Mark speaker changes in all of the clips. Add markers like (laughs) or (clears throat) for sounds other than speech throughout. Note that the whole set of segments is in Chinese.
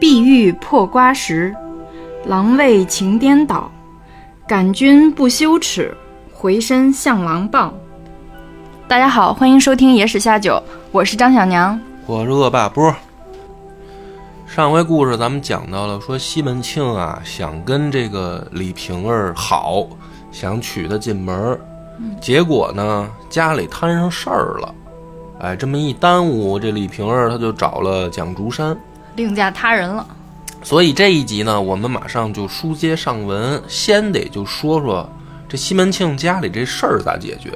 Speaker 1: 碧玉破瓜时，郎为情颠倒。感君不羞耻，回身向郎抱。
Speaker 2: 大家好，欢迎收听《野史下酒》，我是张小娘。
Speaker 3: 我是恶霸波。上回故事咱们讲到了，说西门庆啊想跟这个李瓶儿好，想娶她进门儿，结果呢家里摊上事儿了，哎，这么一耽误，这李瓶儿她就找了蒋竹山。
Speaker 2: 另嫁他人了，
Speaker 3: 所以这一集呢，我们马上就书接上文，先得就说说这西门庆家里这事儿咋解决。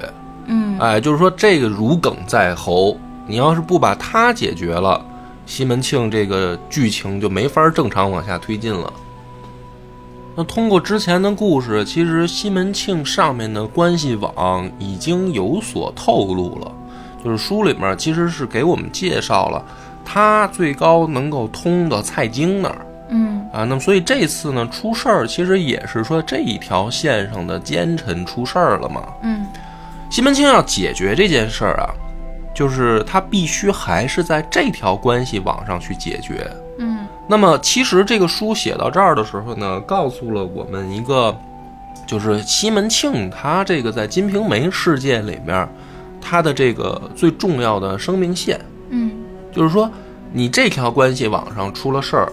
Speaker 2: 嗯，
Speaker 3: 哎，就是说这个如鲠在喉，你要是不把它解决了，西门庆这个剧情就没法正常往下推进了。那通过之前的故事，其实西门庆上面的关系网已经有所透露了，就是书里面其实是给我们介绍了他最高能够通到蔡京那儿。
Speaker 2: 嗯，
Speaker 3: 啊，那么所以这次呢出事儿，其实也是说这一条线上的奸臣出事儿了嘛。
Speaker 2: 嗯，
Speaker 3: 西门庆要解决这件事儿啊，就是他必须还是在这条关系网上去解决。
Speaker 2: 嗯，
Speaker 3: 那么其实这个书写到这儿的时候呢，告诉了我们一个，就是西门庆他这个在《金瓶梅》事件里面，他的这个最重要的生命线。
Speaker 2: 嗯，
Speaker 3: 就是说，你这条关系网上出了事儿，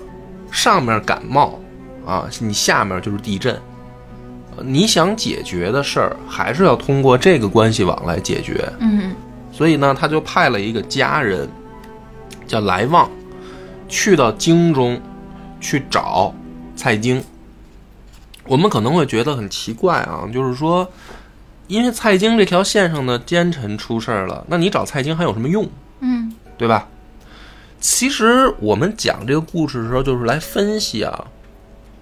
Speaker 3: 上面感冒啊，你下面就是地震。呃你想解决的事儿，还是要通过这个关系网来解决。
Speaker 2: 嗯，
Speaker 3: 所以呢，他就派了一个家人，叫来旺，去到京中去找蔡京。我们可能会觉得很奇怪啊，就是说，因为蔡京这条线上的奸臣出事儿了，那你找蔡京还有什么用？
Speaker 2: 嗯，
Speaker 3: 对吧？其实我们讲这个故事的时候，就是来分析啊，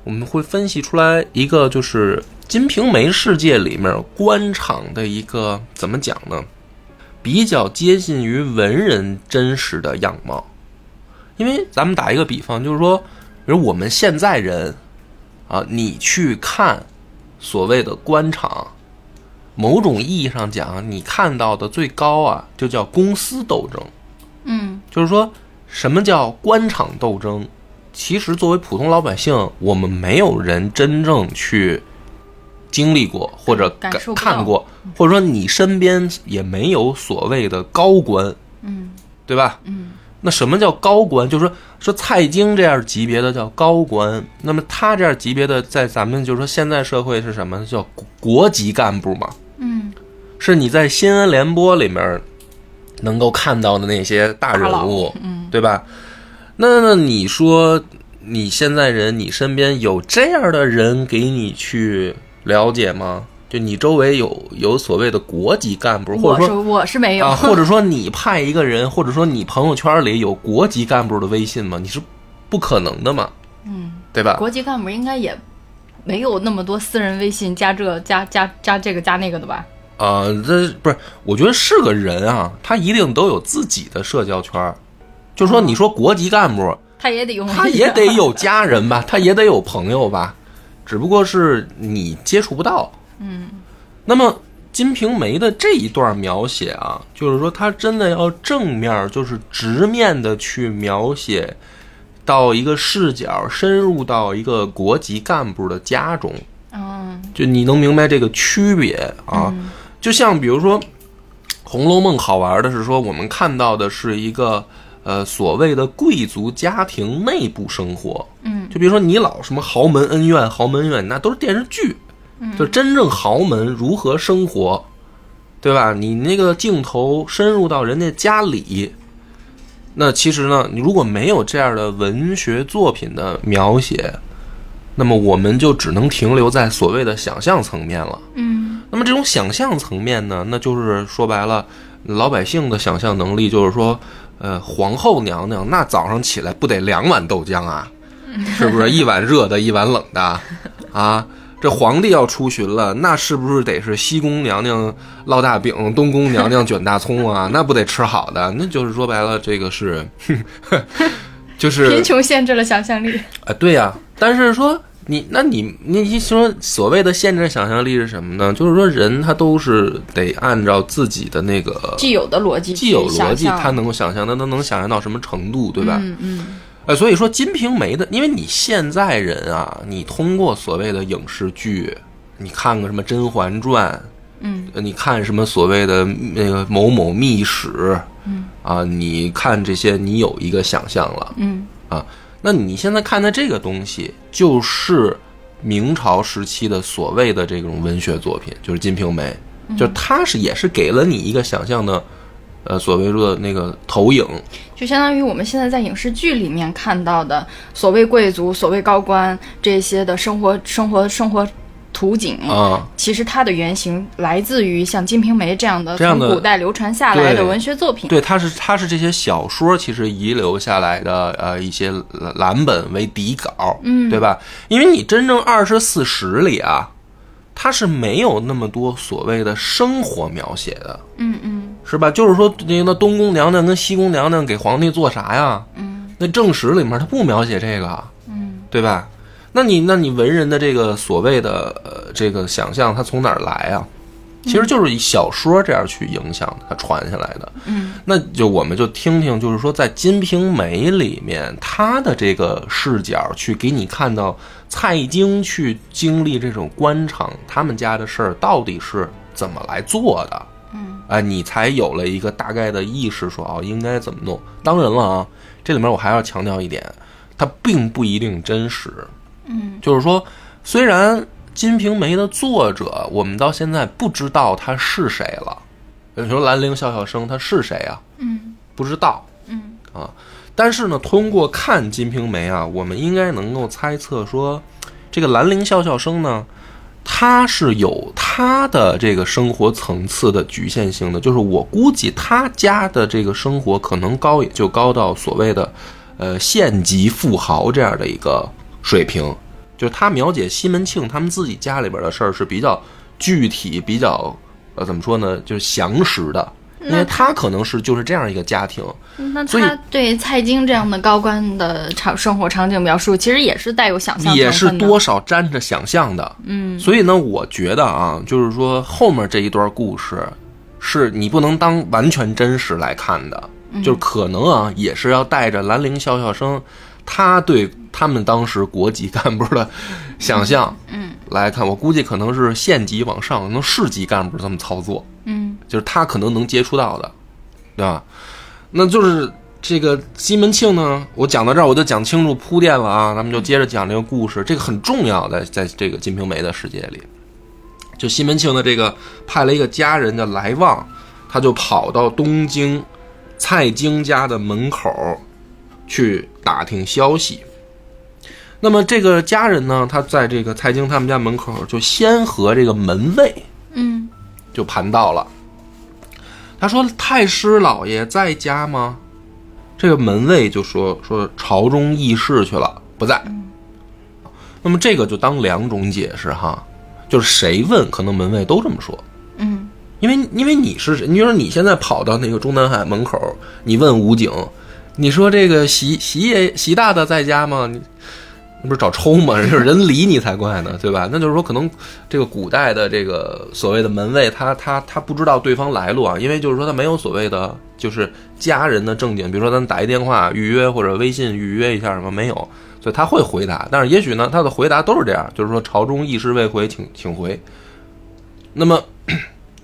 Speaker 3: 我们会分析出来一个就是《金瓶梅》世界里面官场的一个怎么讲呢？比较接近于文人真实的样貌。因为咱们打一个比方，就是说，比如我们现在人啊，你去看所谓的官场，某种意义上讲，你看到的最高啊，就叫公私斗争。
Speaker 2: 嗯，
Speaker 3: 就是说什么叫官场斗争？其实作为普通老百姓，我们没有人真正去经历过或者
Speaker 2: 感受不到
Speaker 3: 看过，或者说你身边也没有所谓的高官，
Speaker 2: 嗯，
Speaker 3: 对吧？嗯。那什么叫高官？就是说，说蔡京这样级别的叫高官，那么他这样级别的，在咱们就是说现在社会是什么？叫国国级干部嘛？
Speaker 2: 嗯，
Speaker 3: 是你在新闻联播里面能够看到的那些大人物，嗯，对吧？那那你说你现在人，你身边有这样的人给你去了解吗？就你周围有有所谓的国级干部，或
Speaker 2: 我
Speaker 3: 者
Speaker 2: 是
Speaker 3: 说
Speaker 2: 我是没有，
Speaker 3: 啊，或者说你派一个人，或者说你朋友圈里有国级干部的微信吗？你是不可能的嘛，嗯，对
Speaker 2: (laughs)
Speaker 3: 吧？
Speaker 2: 国级干部应该也没有那么多私人微信加这加加加这个加那个的吧？
Speaker 3: 啊、这不是，我觉得是个人啊，他一定都有自己的社交圈儿。就说你说国级干部，
Speaker 2: 他也得用，
Speaker 3: 他也得，有家人吧，他也得有朋友吧，只不过是你接触不到。嗯，那么《金瓶梅》的这一段描写啊，就是说他真的要正面儿，就是直面的去描写到一个视角，深入到一个国级干部的家中。
Speaker 2: 嗯
Speaker 3: 就你能明白这个区别啊。就像比如说，《红楼梦》好玩的是说，我们看到的是一个呃所谓的贵族家庭内部生活。
Speaker 2: 嗯，
Speaker 3: 就比如说你老什么豪门恩怨、豪门恩怨，那都是电视剧。就真正豪门如何生活，对吧？你那个镜头深入到人家家里，那其实呢，你如果没有这样的文学作品的描写，那么我们就只能停留在所谓的想象层面了。
Speaker 2: 嗯
Speaker 3: 那么这种想象层面呢，那就是说白了，老百姓的想象能力就是说，呃，皇后娘娘那早上起来不得两碗豆浆啊，是不是？一碗热的，一碗冷的，啊，这皇帝要出巡了，那是不是得是西宫娘娘烙大饼，东宫娘娘卷大葱啊？那不得吃好的？那就是说白了，这个是，就是 (laughs)
Speaker 2: 贫穷限制了想象力。
Speaker 3: 哎啊，对呀、但是说你那你你你说所谓的限制想象力是什么呢？就是说人他都是得按照自己的那个
Speaker 2: 既有的逻辑去
Speaker 3: 既有逻辑，
Speaker 2: 想象
Speaker 3: 他能够想象，他能能想象到什么程度，对吧？
Speaker 2: 嗯嗯，
Speaker 3: 呃，所以说《金瓶梅》的，因为你现在人啊，你通过所谓的影视剧，你看个什么《甄嬛传》，
Speaker 2: 嗯
Speaker 3: 呃，你看什么所谓的那个某某秘史，嗯，啊，你看这些，你有一个想象了
Speaker 2: 嗯
Speaker 3: 啊。那你现在看的这个东西，就是明朝时期的所谓的这种文学作品，就是《金瓶梅》，就是它是也是给了你一个想象的，呃，所谓说的那个投影，
Speaker 2: 就相当于我们现在在影视剧里面看到的所谓贵族、所谓高官这些的生活、生活、生活图景
Speaker 3: 啊
Speaker 2: 其实它的原型来自于像《金瓶梅》这样的
Speaker 3: 这样的
Speaker 2: 从古代流传下来的
Speaker 3: 对
Speaker 2: 文学作品。
Speaker 3: 对，它是它是这些小说其实遗留下来的呃一些蓝蓝本为底稿，嗯，对吧？因为你真正二十四史里啊，它是没有那么多所谓的生活描写的，
Speaker 2: 嗯嗯
Speaker 3: 是吧？就是说那个东宫娘娘跟西宫娘娘给皇帝做啥呀？
Speaker 2: 嗯，
Speaker 3: 那正史里面它不描写这个，
Speaker 2: 嗯，
Speaker 3: 对吧？那你那你文人的这个所谓的呃这个想象，它从哪儿来啊？其实就是以小说这样去影响它传下来的。
Speaker 2: 嗯，
Speaker 3: 那就我们就听听，就是说在《金瓶梅》里面，他的这个视角去给你看到蔡京去经历这种官场他们家的事儿，到底是怎么来做的。啊，你才有了一个大概的意识说，哦应该怎么弄。当然了啊，这里面我还要强调一点，它并不一定真实。嗯，就是说，虽然《金瓶梅》的作者我们到现在不知道他是谁了，你呃说兰陵笑笑生他是谁啊？
Speaker 2: 嗯
Speaker 3: 不知道
Speaker 2: 嗯
Speaker 3: 啊。但是呢，通过看《金瓶梅》啊，我们应该能够猜测说，这个兰陵笑笑生呢，他是有他的这个生活层次的局限性的，就是我估计他家的这个生活可能高也就高到所谓的，呃，县级富豪这样的一个水平，就是他描写西门庆他们自己家里边的事儿是比较具体、比较呃怎么说呢，就是详实的，因为他可能是就是这样一个家庭，
Speaker 2: 那
Speaker 3: 所以
Speaker 2: 他对蔡京这样的高官的场生活场景描述，其实也是带有想象成分的，
Speaker 3: 也是多少沾着想象的。嗯，所以呢，我觉得啊，就是说后面这一段故事，是你不能当完全真实来看的，就是可能啊，也是要带着兰陵笑笑生他对他们当时国级干部的想象，嗯，来看，我估计可能是县级往上，可能市级干部这么操作，
Speaker 2: 嗯
Speaker 3: 就是他可能能接触到的，对吧？那就是这个西门庆呢，我讲到这儿我就讲清楚铺垫了啊，咱们就接着讲这个故事，这个很重要的，在这个《金瓶梅》的世界里，就西门庆的这个派了一个家人的来旺，他就跑到东京蔡京家的门口去打听消息。那么这个家人呢，他在这个蔡京他们家门口就先和这个门卫
Speaker 2: 嗯
Speaker 3: 就盘到了。他说：“太师老爷在家吗？”这个门卫就说：“说朝中议事去了，不在。那么这个就当两种解释哈，就是谁问，可能门卫都这么说，
Speaker 2: 嗯
Speaker 3: 因为因为你是，你说你现在跑到那个中南海门口，你问武警，你说这个习习爷习大大在家吗？你那不是找抽吗？ (laughs) 是人理你才怪呢，对吧？那就是说，可能这个古代的这个所谓的门卫，他他他不知道对方来路啊，因为就是说他没有所谓的就是家人的正经，比如说咱打一电话预约或者微信预约一下什么没有，所以他会回答，但是也许呢，他的回答都是这样，就是说朝中议事未回，请请回。那么，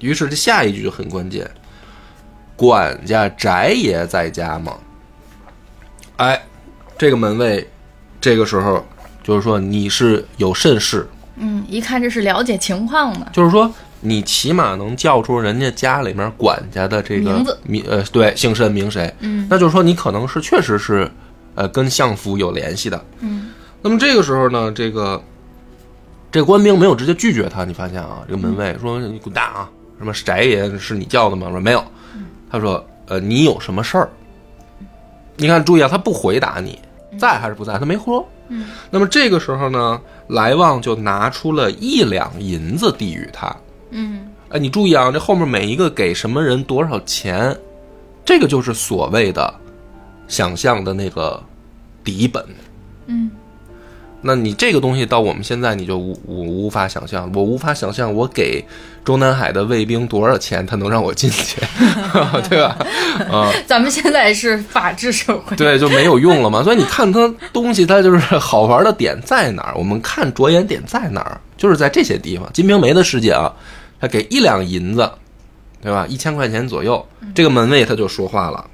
Speaker 3: 于是这下一句就很关键，管家翟爷在家吗？哎，这个门卫这个时候就是说你是有甚事，
Speaker 2: 嗯，一看这是了解情况的，
Speaker 3: 就是说你起码能叫出人家家里面管家的这个
Speaker 2: 名字
Speaker 3: 名呃对姓甚名谁，
Speaker 2: 嗯
Speaker 3: 那就是说你可能是确实是呃跟相府有联系的，
Speaker 2: 嗯
Speaker 3: 那么这个时候呢，这个这个官兵没有直接拒绝他，你发现啊，这个门
Speaker 2: 嗯
Speaker 3: 卫说你滚蛋啊，什么翟爷是你叫的吗？我说没有，
Speaker 2: 嗯
Speaker 3: 他说呃你有什么事儿？你看注意啊，他不回答你在还是不在，他没说。
Speaker 2: 嗯，
Speaker 3: 那么这个时候呢，来旺就拿出了一两银子递与他。
Speaker 2: 嗯
Speaker 3: 哎，你注意啊，这后面每一个给什么人多少钱，这个就是所谓的想象的那个底本。
Speaker 2: 嗯
Speaker 3: 那你这个东西到我们现在你就无无无法想象，我无法想象我给中南海的卫兵多少钱，他能让我进去， (laughs) 对吧？啊、
Speaker 2: 咱们现在是法治社会，
Speaker 3: 对，就没有用了嘛。所以你看它东西，它就是好玩的点在哪儿？我们看着眼点在哪儿，就是在这些地方。《金瓶梅》的世界啊，他给一两银子，对吧？一千块钱左右，这个门卫他就说话了，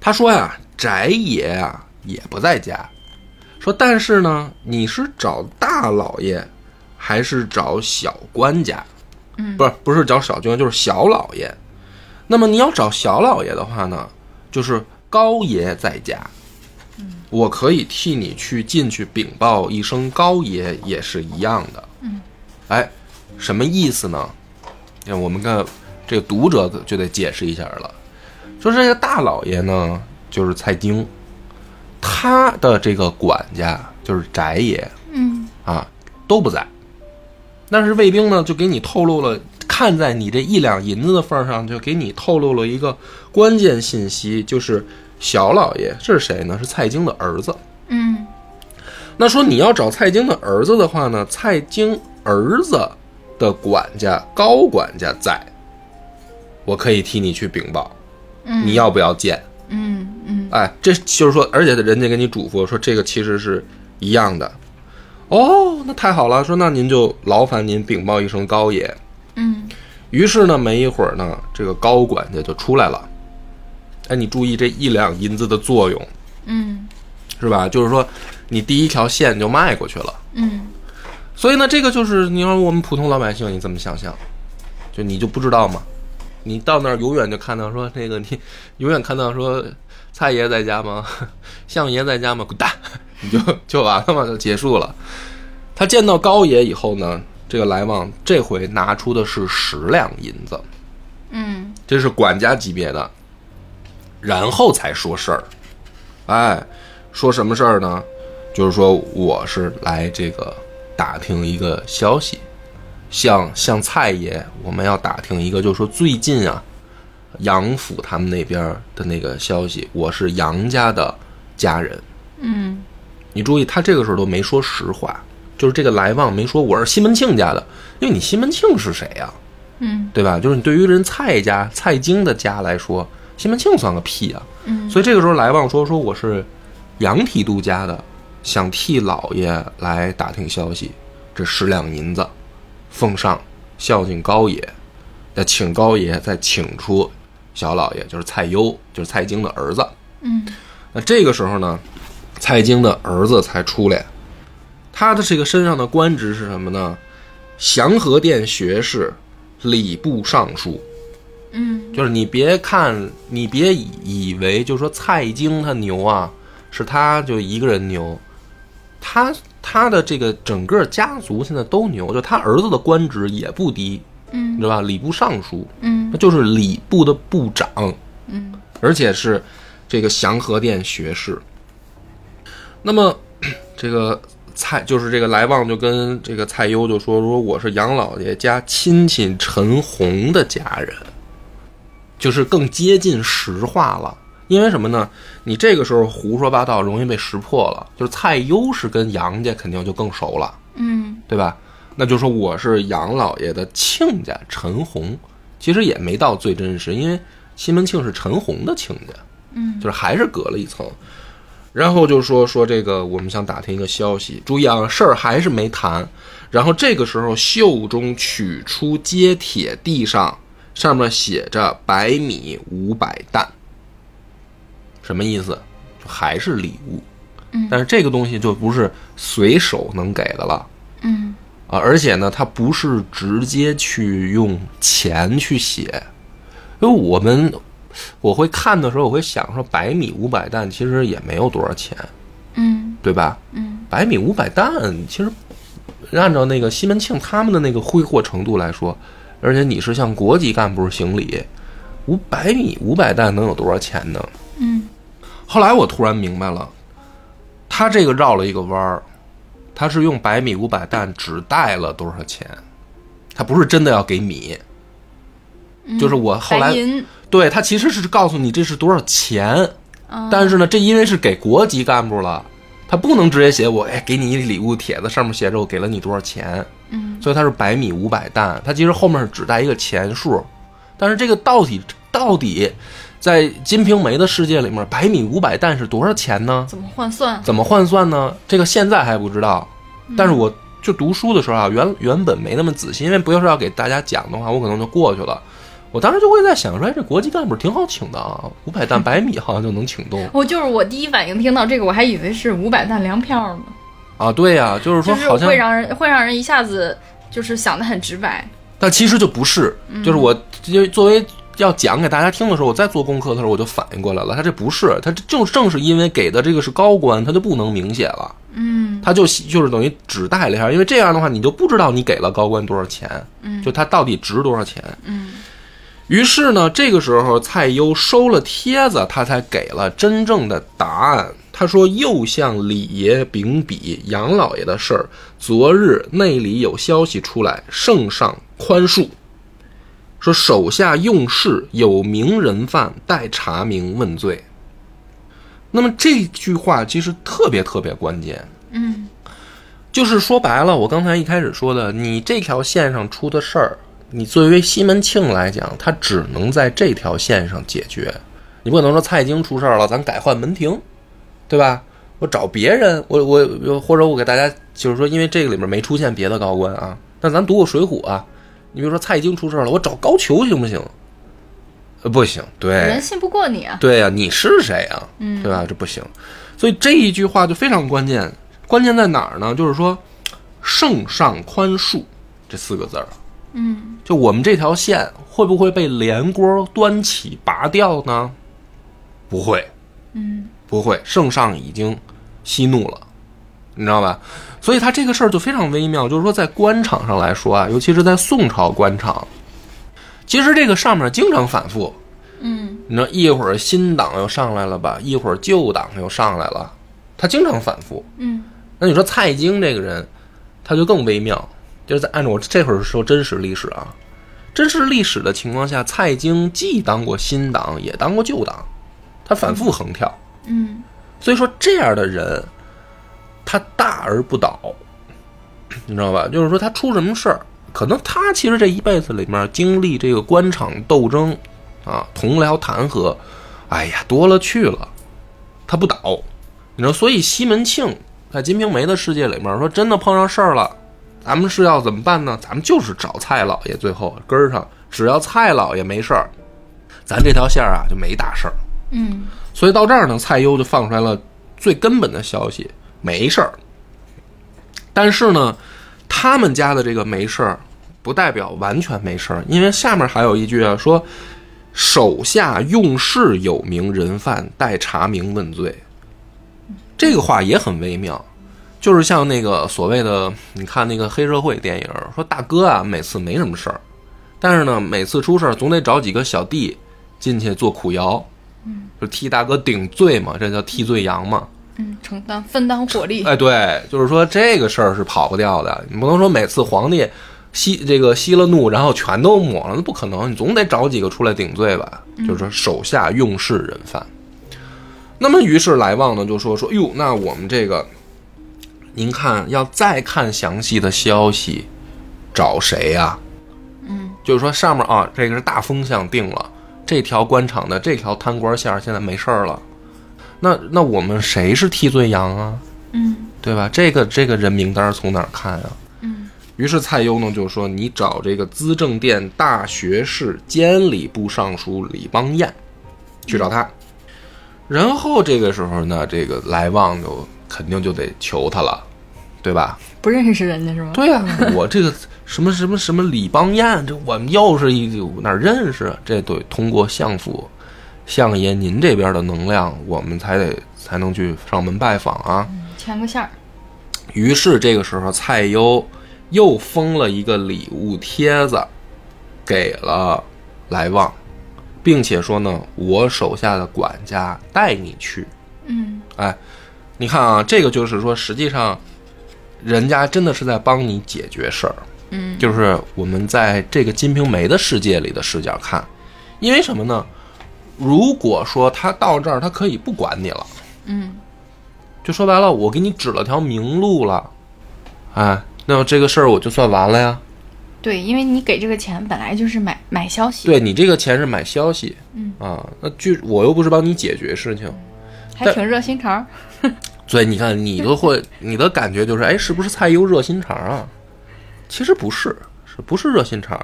Speaker 3: 他说呀，翟爷啊也不在家，说但是呢，你是找大老爷，还是找小官家？嗯，不是不是找小军，就是小老爷。那么你要找小老爷的话呢，就是高爷在家，我可以替你去进去禀报一声高爷也是一样的。嗯，哎，什么意思呢？那我们看这个读者就得解释一下了，说这个大老爷呢就是蔡京，他的这个管家就是翟爷，
Speaker 2: 嗯，
Speaker 3: 啊都不在，但是卫兵呢就给你透露了，看在你这一两银子的份儿上，就给你透露了一个关键信息，就是小老爷这是谁呢？是蔡京的儿子。
Speaker 2: 嗯，
Speaker 3: 那说你要找蔡京的儿子的话呢，蔡京儿子的管家高管家在，我可以替你去禀报，
Speaker 2: 嗯
Speaker 3: 你要不要见？
Speaker 2: 嗯嗯
Speaker 3: 哎，这就是说，而且人家给你嘱咐说，这个其实是一样的。哦，那太好了，说那您就劳烦您禀报一声高爷。
Speaker 2: 嗯
Speaker 3: 于是呢，没一会儿呢，这个高管家就出来了。哎，你注意这一两银子的作用，
Speaker 2: 嗯
Speaker 3: 是吧？就是说，你第一条线就迈过去了。
Speaker 2: 嗯
Speaker 3: 所以呢，这个就是你要我们普通老百姓，你怎么想象？就你就不知道嘛？你到那儿永远就看到说那个你 (laughs) 永远看到说蔡爷在家吗？ (laughs) 相爷在家吗？滚蛋！ (laughs) 你就就完了嘛，就结束了。他见到高爷以后呢，这个来旺这回拿出的是十两银子，
Speaker 2: 嗯
Speaker 3: 这是管家级别的，然后才说事儿。哎，说什么事儿呢？就是说我是来这个打听一个消息，向向蔡爷，我们要打听一个，就是说最近啊，杨府他们那边儿的那个消息，我是杨家的家人。
Speaker 2: 嗯
Speaker 3: 你注意，他这个时候都没说实话，就是这个来旺没说我是西门庆家的，因为你西门庆是谁啊呀、
Speaker 2: 嗯
Speaker 3: 对吧？就是你对于人蔡家、蔡京的家来说，西门庆算个屁啊！
Speaker 2: 嗯
Speaker 3: 所以这个时候来旺说：“说我是杨提督家的，想替老爷来打听消息，这十两银子，奉上孝敬高爷，那请高爷再请出小老爷，就是蔡攸，就是蔡京的儿子。”
Speaker 2: 嗯
Speaker 3: 那这个时候呢，蔡京的儿子才出来，他的这个身上的官职是什么呢？祥和殿学士、礼部尚书。
Speaker 2: 嗯
Speaker 3: 就是你别看，你别以为就说蔡京他牛啊，是他就一个人牛，他他的这个整个家族现在都牛，就他儿子的官职也不低，
Speaker 2: 嗯
Speaker 3: 你知道吧？礼部尚书，
Speaker 2: 嗯
Speaker 3: 那就是礼部的部长，
Speaker 2: 嗯
Speaker 3: 而且是这个祥和殿学士。那么这个蔡就是这个来旺就跟这个蔡攸就说说我是杨老爷家亲戚陈红的家人，就是更接近实话了。因为什么呢？你这个时候胡说八道容易被识破了。就是蔡攸是跟杨家肯定就更熟了，
Speaker 2: 嗯
Speaker 3: 对吧？那就说我是杨老爷的亲家陈红，其实也没到最真实，因为西门庆是陈红的亲家，
Speaker 2: 嗯，
Speaker 3: 就是还是隔了一层。然后就说说这个，我们想打听一个消息，注意啊，事儿还是没谈。然后这个时候，袖中取出接铁，地上上面写着“百米五百担”，什么意思？就还是礼物，但是这个东西就不是随手能给的了。
Speaker 2: 嗯
Speaker 3: 啊，而且呢，它不是直接去用钱去写，因为我们我会看的时候，我会想说，百米五百担其实也没有多少钱，
Speaker 2: 嗯
Speaker 3: 对吧？
Speaker 2: 嗯
Speaker 3: 百米五百担其实按照那个西门庆他们的那个挥霍程度来说，而且你是向国级干部行礼，五百米五百担能有多少钱呢？
Speaker 2: 嗯
Speaker 3: 后来我突然明白了，他这个绕了一个弯儿，他是用百米五百担只带了多少钱，他不是真的要给米，
Speaker 2: 嗯
Speaker 3: 就是我后来
Speaker 2: 白银
Speaker 3: 对他其实是告诉你这是多少钱，但是呢，这因为是给国级干部了，他不能直接写我哎给你一礼物帖子，上面写着我给了你多少钱，
Speaker 2: 嗯，
Speaker 3: 所以它是百米五百担，它其实后面是只带一个钱数，但是这个到底到底在《金瓶梅》的世界里面，百米五百担是多少钱呢？
Speaker 2: 怎么换算？
Speaker 3: 怎么换算呢？这个现在还不知道，
Speaker 2: 嗯
Speaker 3: 但是我就读书的时候啊，原原本没那么仔细，因为不要是要给大家讲的话，我可能就过去了。我当时就会在想说，哎，这国际干部挺好请的啊，五百担百米好像就能请
Speaker 2: (laughs)
Speaker 3: 动
Speaker 2: 我就是我第一反应听到这个，我还以为是五百担粮票呢，
Speaker 3: 啊。对呀、就是
Speaker 2: 就
Speaker 3: 说
Speaker 2: 是
Speaker 3: 好像
Speaker 2: 会让人会让人一下子就是想的很直白。
Speaker 3: 但其实就不是，
Speaker 2: 嗯
Speaker 3: 就是我因为作为要讲给大家听的时候，我在做功课的时候我就反应过来了，他这不是，他这正正是因为给的这个是高官，他就不能明写了，
Speaker 2: 嗯
Speaker 3: 他就就是等于只带了一下，因为这样的话你就不知道你给了高官多少钱，
Speaker 2: 嗯
Speaker 3: 就他到底值多少钱。
Speaker 2: 嗯
Speaker 3: 于是呢，这个时候蔡攸收了帖子，他才给了真正的答案。他说：“又向李爷秉笔杨老爷的事儿，昨日内里有消息出来，圣上宽恕。说手下用事有名人犯，待查明问罪。”那么这句话其实特别特别关键，
Speaker 2: 嗯
Speaker 3: 就是说白了，我刚才一开始说的，你这条线上出的事儿，你作为西门庆来讲，他只能在这条线上解决。你不可能说蔡京出事儿了，咱改换门庭，对吧？我找别人，我我我或者我给大家就是说，因为这个里面没出现别的高官啊，但咱读过《水浒》啊，你比如说蔡京出事儿了，我找高俅行不行？呃，不行，对
Speaker 2: 人信不过你啊。
Speaker 3: 对呀、你是谁啊？
Speaker 2: 嗯
Speaker 3: 对吧？这不行。所以这一句话就非常关键，关键在哪儿呢？就是说，圣上宽恕这四个字儿，
Speaker 2: 嗯
Speaker 3: 就我们这条线会不会被连锅端起拔掉呢？不会，
Speaker 2: 嗯
Speaker 3: 不会，圣上已经息怒了，你知道吧？所以他这个事儿就非常微妙，就是说在官场上来说啊，尤其是在宋朝官场，其实这个上面经常反复，
Speaker 2: 嗯
Speaker 3: 你知道一会儿新党又上来了吧，一会儿旧党又上来了，他经常反复。
Speaker 2: 嗯
Speaker 3: 那你说蔡京这个人，他就更微妙，就是在按照我这会儿说真实历史啊，真实历史的情况下，蔡京既当过新党，也当过旧党，他反复横跳。
Speaker 2: 嗯
Speaker 3: 所以说这样的人，他大而不倒， (clears throat) 你知道吧？就是说他出什么事儿，可能他其实这一辈子里面经历这个官场斗争啊、同僚弹劾，哎呀多了去了，他不倒，你知道？所以西门庆在《金瓶梅》的世界里面说，真的碰上事儿了。咱们是要怎么办呢？咱们就是找蔡老爷，最后根儿上，只要蔡老爷没事儿，咱这条线儿啊就没大事儿。
Speaker 2: 嗯
Speaker 3: 所以到这儿呢，蔡攸就放出来了最根本的消息：没事儿。但是呢，他们家的这个没事儿，不代表完全没事儿，因为下面还有一句啊，说手下用事有名人犯，待查明问罪。这个话也很微妙，就是像那个所谓的，你看那个黑社会电影，说大哥啊，每次没什么事儿，但是呢，每次出事儿总得找几个小弟进去做苦摇，就替大哥顶罪嘛，这叫替罪羊嘛。
Speaker 2: 嗯，承担分担火力。
Speaker 3: 哎，对，就是说这个事儿是跑不掉的，你不能说每次皇帝息这个息了怒，然后全都抹了，那不可能，你总得找几个出来顶罪吧。
Speaker 2: 嗯
Speaker 3: 就是说手下用事人犯。那么于是来旺呢就说说，哟，那我们这个，您看要再看详细的消息，找谁呀、
Speaker 2: 嗯，
Speaker 3: 就是说上面啊，这个是大风向定了，这条官场的这条贪官线儿现在没事儿了。那那我们谁是替罪羊啊？
Speaker 2: 嗯
Speaker 3: 对吧？这个这个人名单从哪儿看啊？
Speaker 2: 嗯
Speaker 3: 于是蔡攸呢就说：“你找这个资政殿大学士监礼部尚书李邦彦，去找他。”然后这个时候呢，这个来旺就肯定就得求他了，对吧？
Speaker 2: 不认识人家是吗？
Speaker 3: 对呀、我这个什么什么什么李邦彦，这我们又是一哪儿认识啊？这得通过相府、相爷您这边的能量，我们才得才能去上门拜访啊。
Speaker 2: 牵个线儿。
Speaker 3: 于是这个时候，蔡攸又封了一个礼物帖子，给了来旺，并且说呢，我手下的管家带你去。
Speaker 2: 嗯
Speaker 3: 哎，你看啊，这个就是说，实际上人家真的是在帮你解决事儿。
Speaker 2: 嗯
Speaker 3: 就是我们在这个《金瓶梅》的世界里的视角看，因为什么呢？如果说他到这儿，他可以不管你了。
Speaker 2: 嗯
Speaker 3: 就说白了，我给你指了条明路了，哎，那这个事儿我就算完了呀。
Speaker 2: 对，因为你给这个钱本来就是买买消息，
Speaker 3: 对你这个钱是买消息，
Speaker 2: 嗯
Speaker 3: 啊，那据我又不是帮你解决事情，
Speaker 2: 还挺热心肠儿。
Speaker 3: 所以你看你都会，你的感觉就是，哎，是不是蔡优热心肠啊？其实不是，是不是热心肠？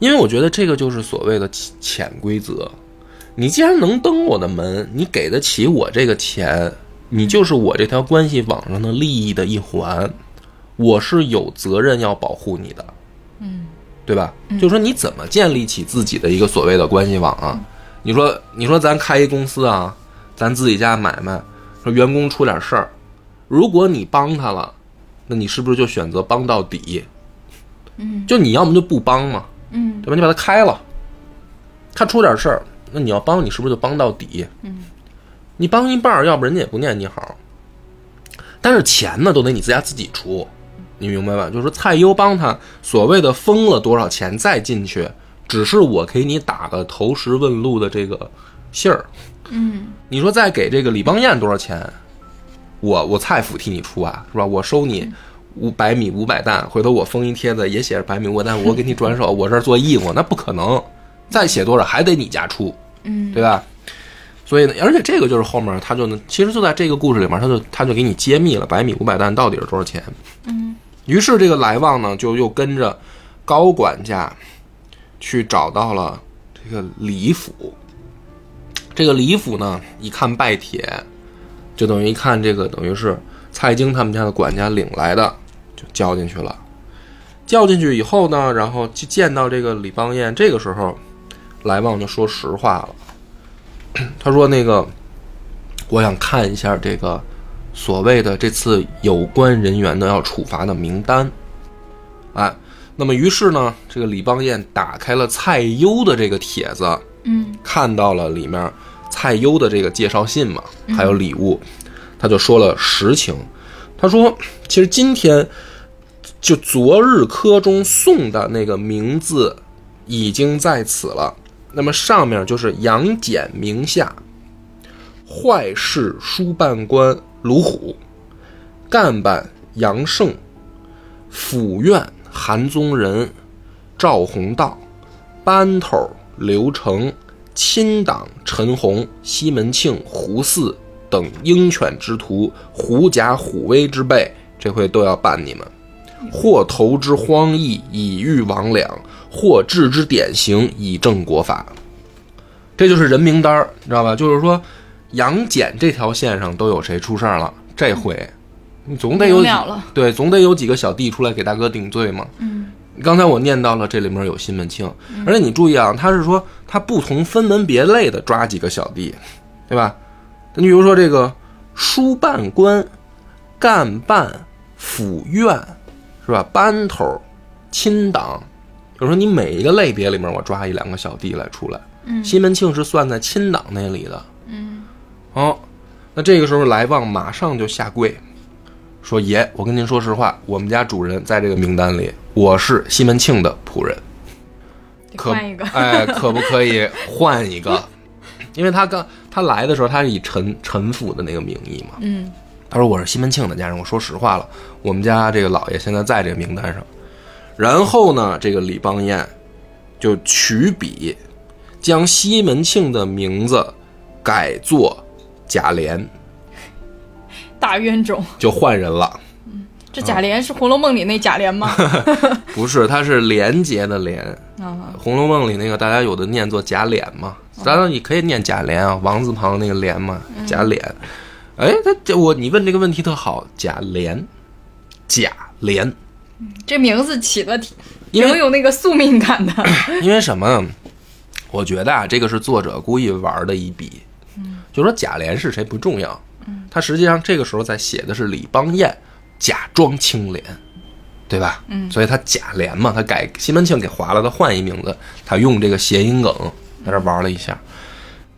Speaker 3: 因为我觉得这个就是所谓的潜潜规则。你既然能登我的门，你给得起我这个钱，你就是我这条关系网上的利益的一环，我是有责任要保护你的。对吧？就是说你怎么建立起自己的一个所谓的关系网啊？你说，你说咱开一公司啊，咱自己家买卖，说员工出点事儿，如果你帮他了，那你是不是就选择帮到底？
Speaker 2: 嗯，
Speaker 3: 就你要么就不帮嘛，
Speaker 2: 嗯
Speaker 3: 对吧？你把他开了，他出点事儿，那你要帮，你是不是就帮到底？
Speaker 2: 嗯，
Speaker 3: 你帮一半儿，要不人家也不念你好。但是钱呢，都得你自家自己出，你明白吧？就是说蔡优帮他所谓的封了多少钱再进去，只是我给你打个投石问路的这个信儿。
Speaker 2: 嗯，
Speaker 3: 你说再给这个李邦彦多少钱？我我蔡府替你出啊，是吧？我收你五百米五百担，回头我封一帖子也写着百米五百担，我给你转手，我这儿做义务，那不可能。再写多少还得你家出，
Speaker 2: 嗯，
Speaker 3: 对吧？所以呢，而且这个就是后面他就能，其实就在这个故事里面，他就他就给你揭秘了百米五百担到底是多少钱。
Speaker 2: 嗯，
Speaker 3: 于是这个来旺呢，就又跟着高管家去找到了这个李府。这个李府呢，一看拜帖，就等于一看这个等于是蔡京他们家的管家领来的，就叫进去了。叫进去以后呢，然后就见到这个李邦彦，这个时候来旺就说实话了。 (clears throat) 他说：“那个，我想看一下这个所谓的这次有关人员的要处罚的名单。”哎，那么于是呢，这个李邦彦打开了蔡优的这个帖子，
Speaker 2: 嗯，
Speaker 3: 看到了里面蔡优的这个介绍信嘛，还有礼物，他就说了实情。他说，其实今天就昨日科中送的那个名字已经在此了。那么上面就是杨戬名下坏事书办官卢虎，干办杨胜，府院韩宗仁，赵弘道，班头刘成，亲党陈洪、西门庆、胡四等鹰犬之徒，狐假虎威之辈，这回都要办你们。或投之荒逸，以御亡两；或治之典型，以正国法。这就是人名单儿，你知道吧？就是说，杨戬这条线上都有谁出事儿了？这回，
Speaker 2: 嗯
Speaker 3: 你总得有几
Speaker 2: 明了了
Speaker 3: 对，总得有几个小弟出来给大哥顶罪嘛。
Speaker 2: 嗯，
Speaker 3: 刚才我念到了这里面有西门庆，而且你注意啊，他是说他不同分门别类的抓几个小弟，对吧？你比如说这个书办官、干办、府院，是吧？班头、亲党，就是说你每一个类别里面，我抓一两个小弟来出来。
Speaker 2: 嗯
Speaker 3: 西门庆是算在亲党那里的。
Speaker 2: 嗯，
Speaker 3: 哦，那这个时候来旺马上就下跪，说：“爷，我跟您说实话，我们家主人在这个名单里，我是西门庆的仆人，
Speaker 2: 得
Speaker 3: 可。
Speaker 2: 换一个
Speaker 3: 哎，可不可以换
Speaker 2: (laughs)
Speaker 3: 一个？因为他刚他来的时候，他是以陈陈府的那个名义嘛。
Speaker 2: 嗯
Speaker 3: 他说我是西门庆的家人，我说实话了，我们家这个老爷现在在这个名单上。然后呢，这个李邦彦就取笔将西门庆的名字改作贾琏，
Speaker 2: 大冤种，
Speaker 3: 就换人了。
Speaker 2: 这贾琏是《红楼梦》里那贾琏吗？
Speaker 3: (laughs) 不是，他是廉洁的廉，
Speaker 2: 啊
Speaker 3: 《红楼梦》里那个大家有的念作贾琏嘛，当然也可以念贾琏啊，王字旁那个琏嘛，贾琏。哎，他这我你问这个问题特好，贾琏，贾琏，
Speaker 2: 这名字起的挺
Speaker 3: 因
Speaker 2: 挺
Speaker 3: 为
Speaker 2: 有那个宿命感
Speaker 3: (laughs)
Speaker 2: 的。
Speaker 3: 因为什么？我觉得啊，这个是作者故意玩的一笔，就说贾琏是谁不重要，他实际上这个时候在写的是李邦彦假装清廉，对吧？嗯，所以他贾琏嘛，他改西门庆给划了，他换一名字，他用这个谐音梗在这玩了一下。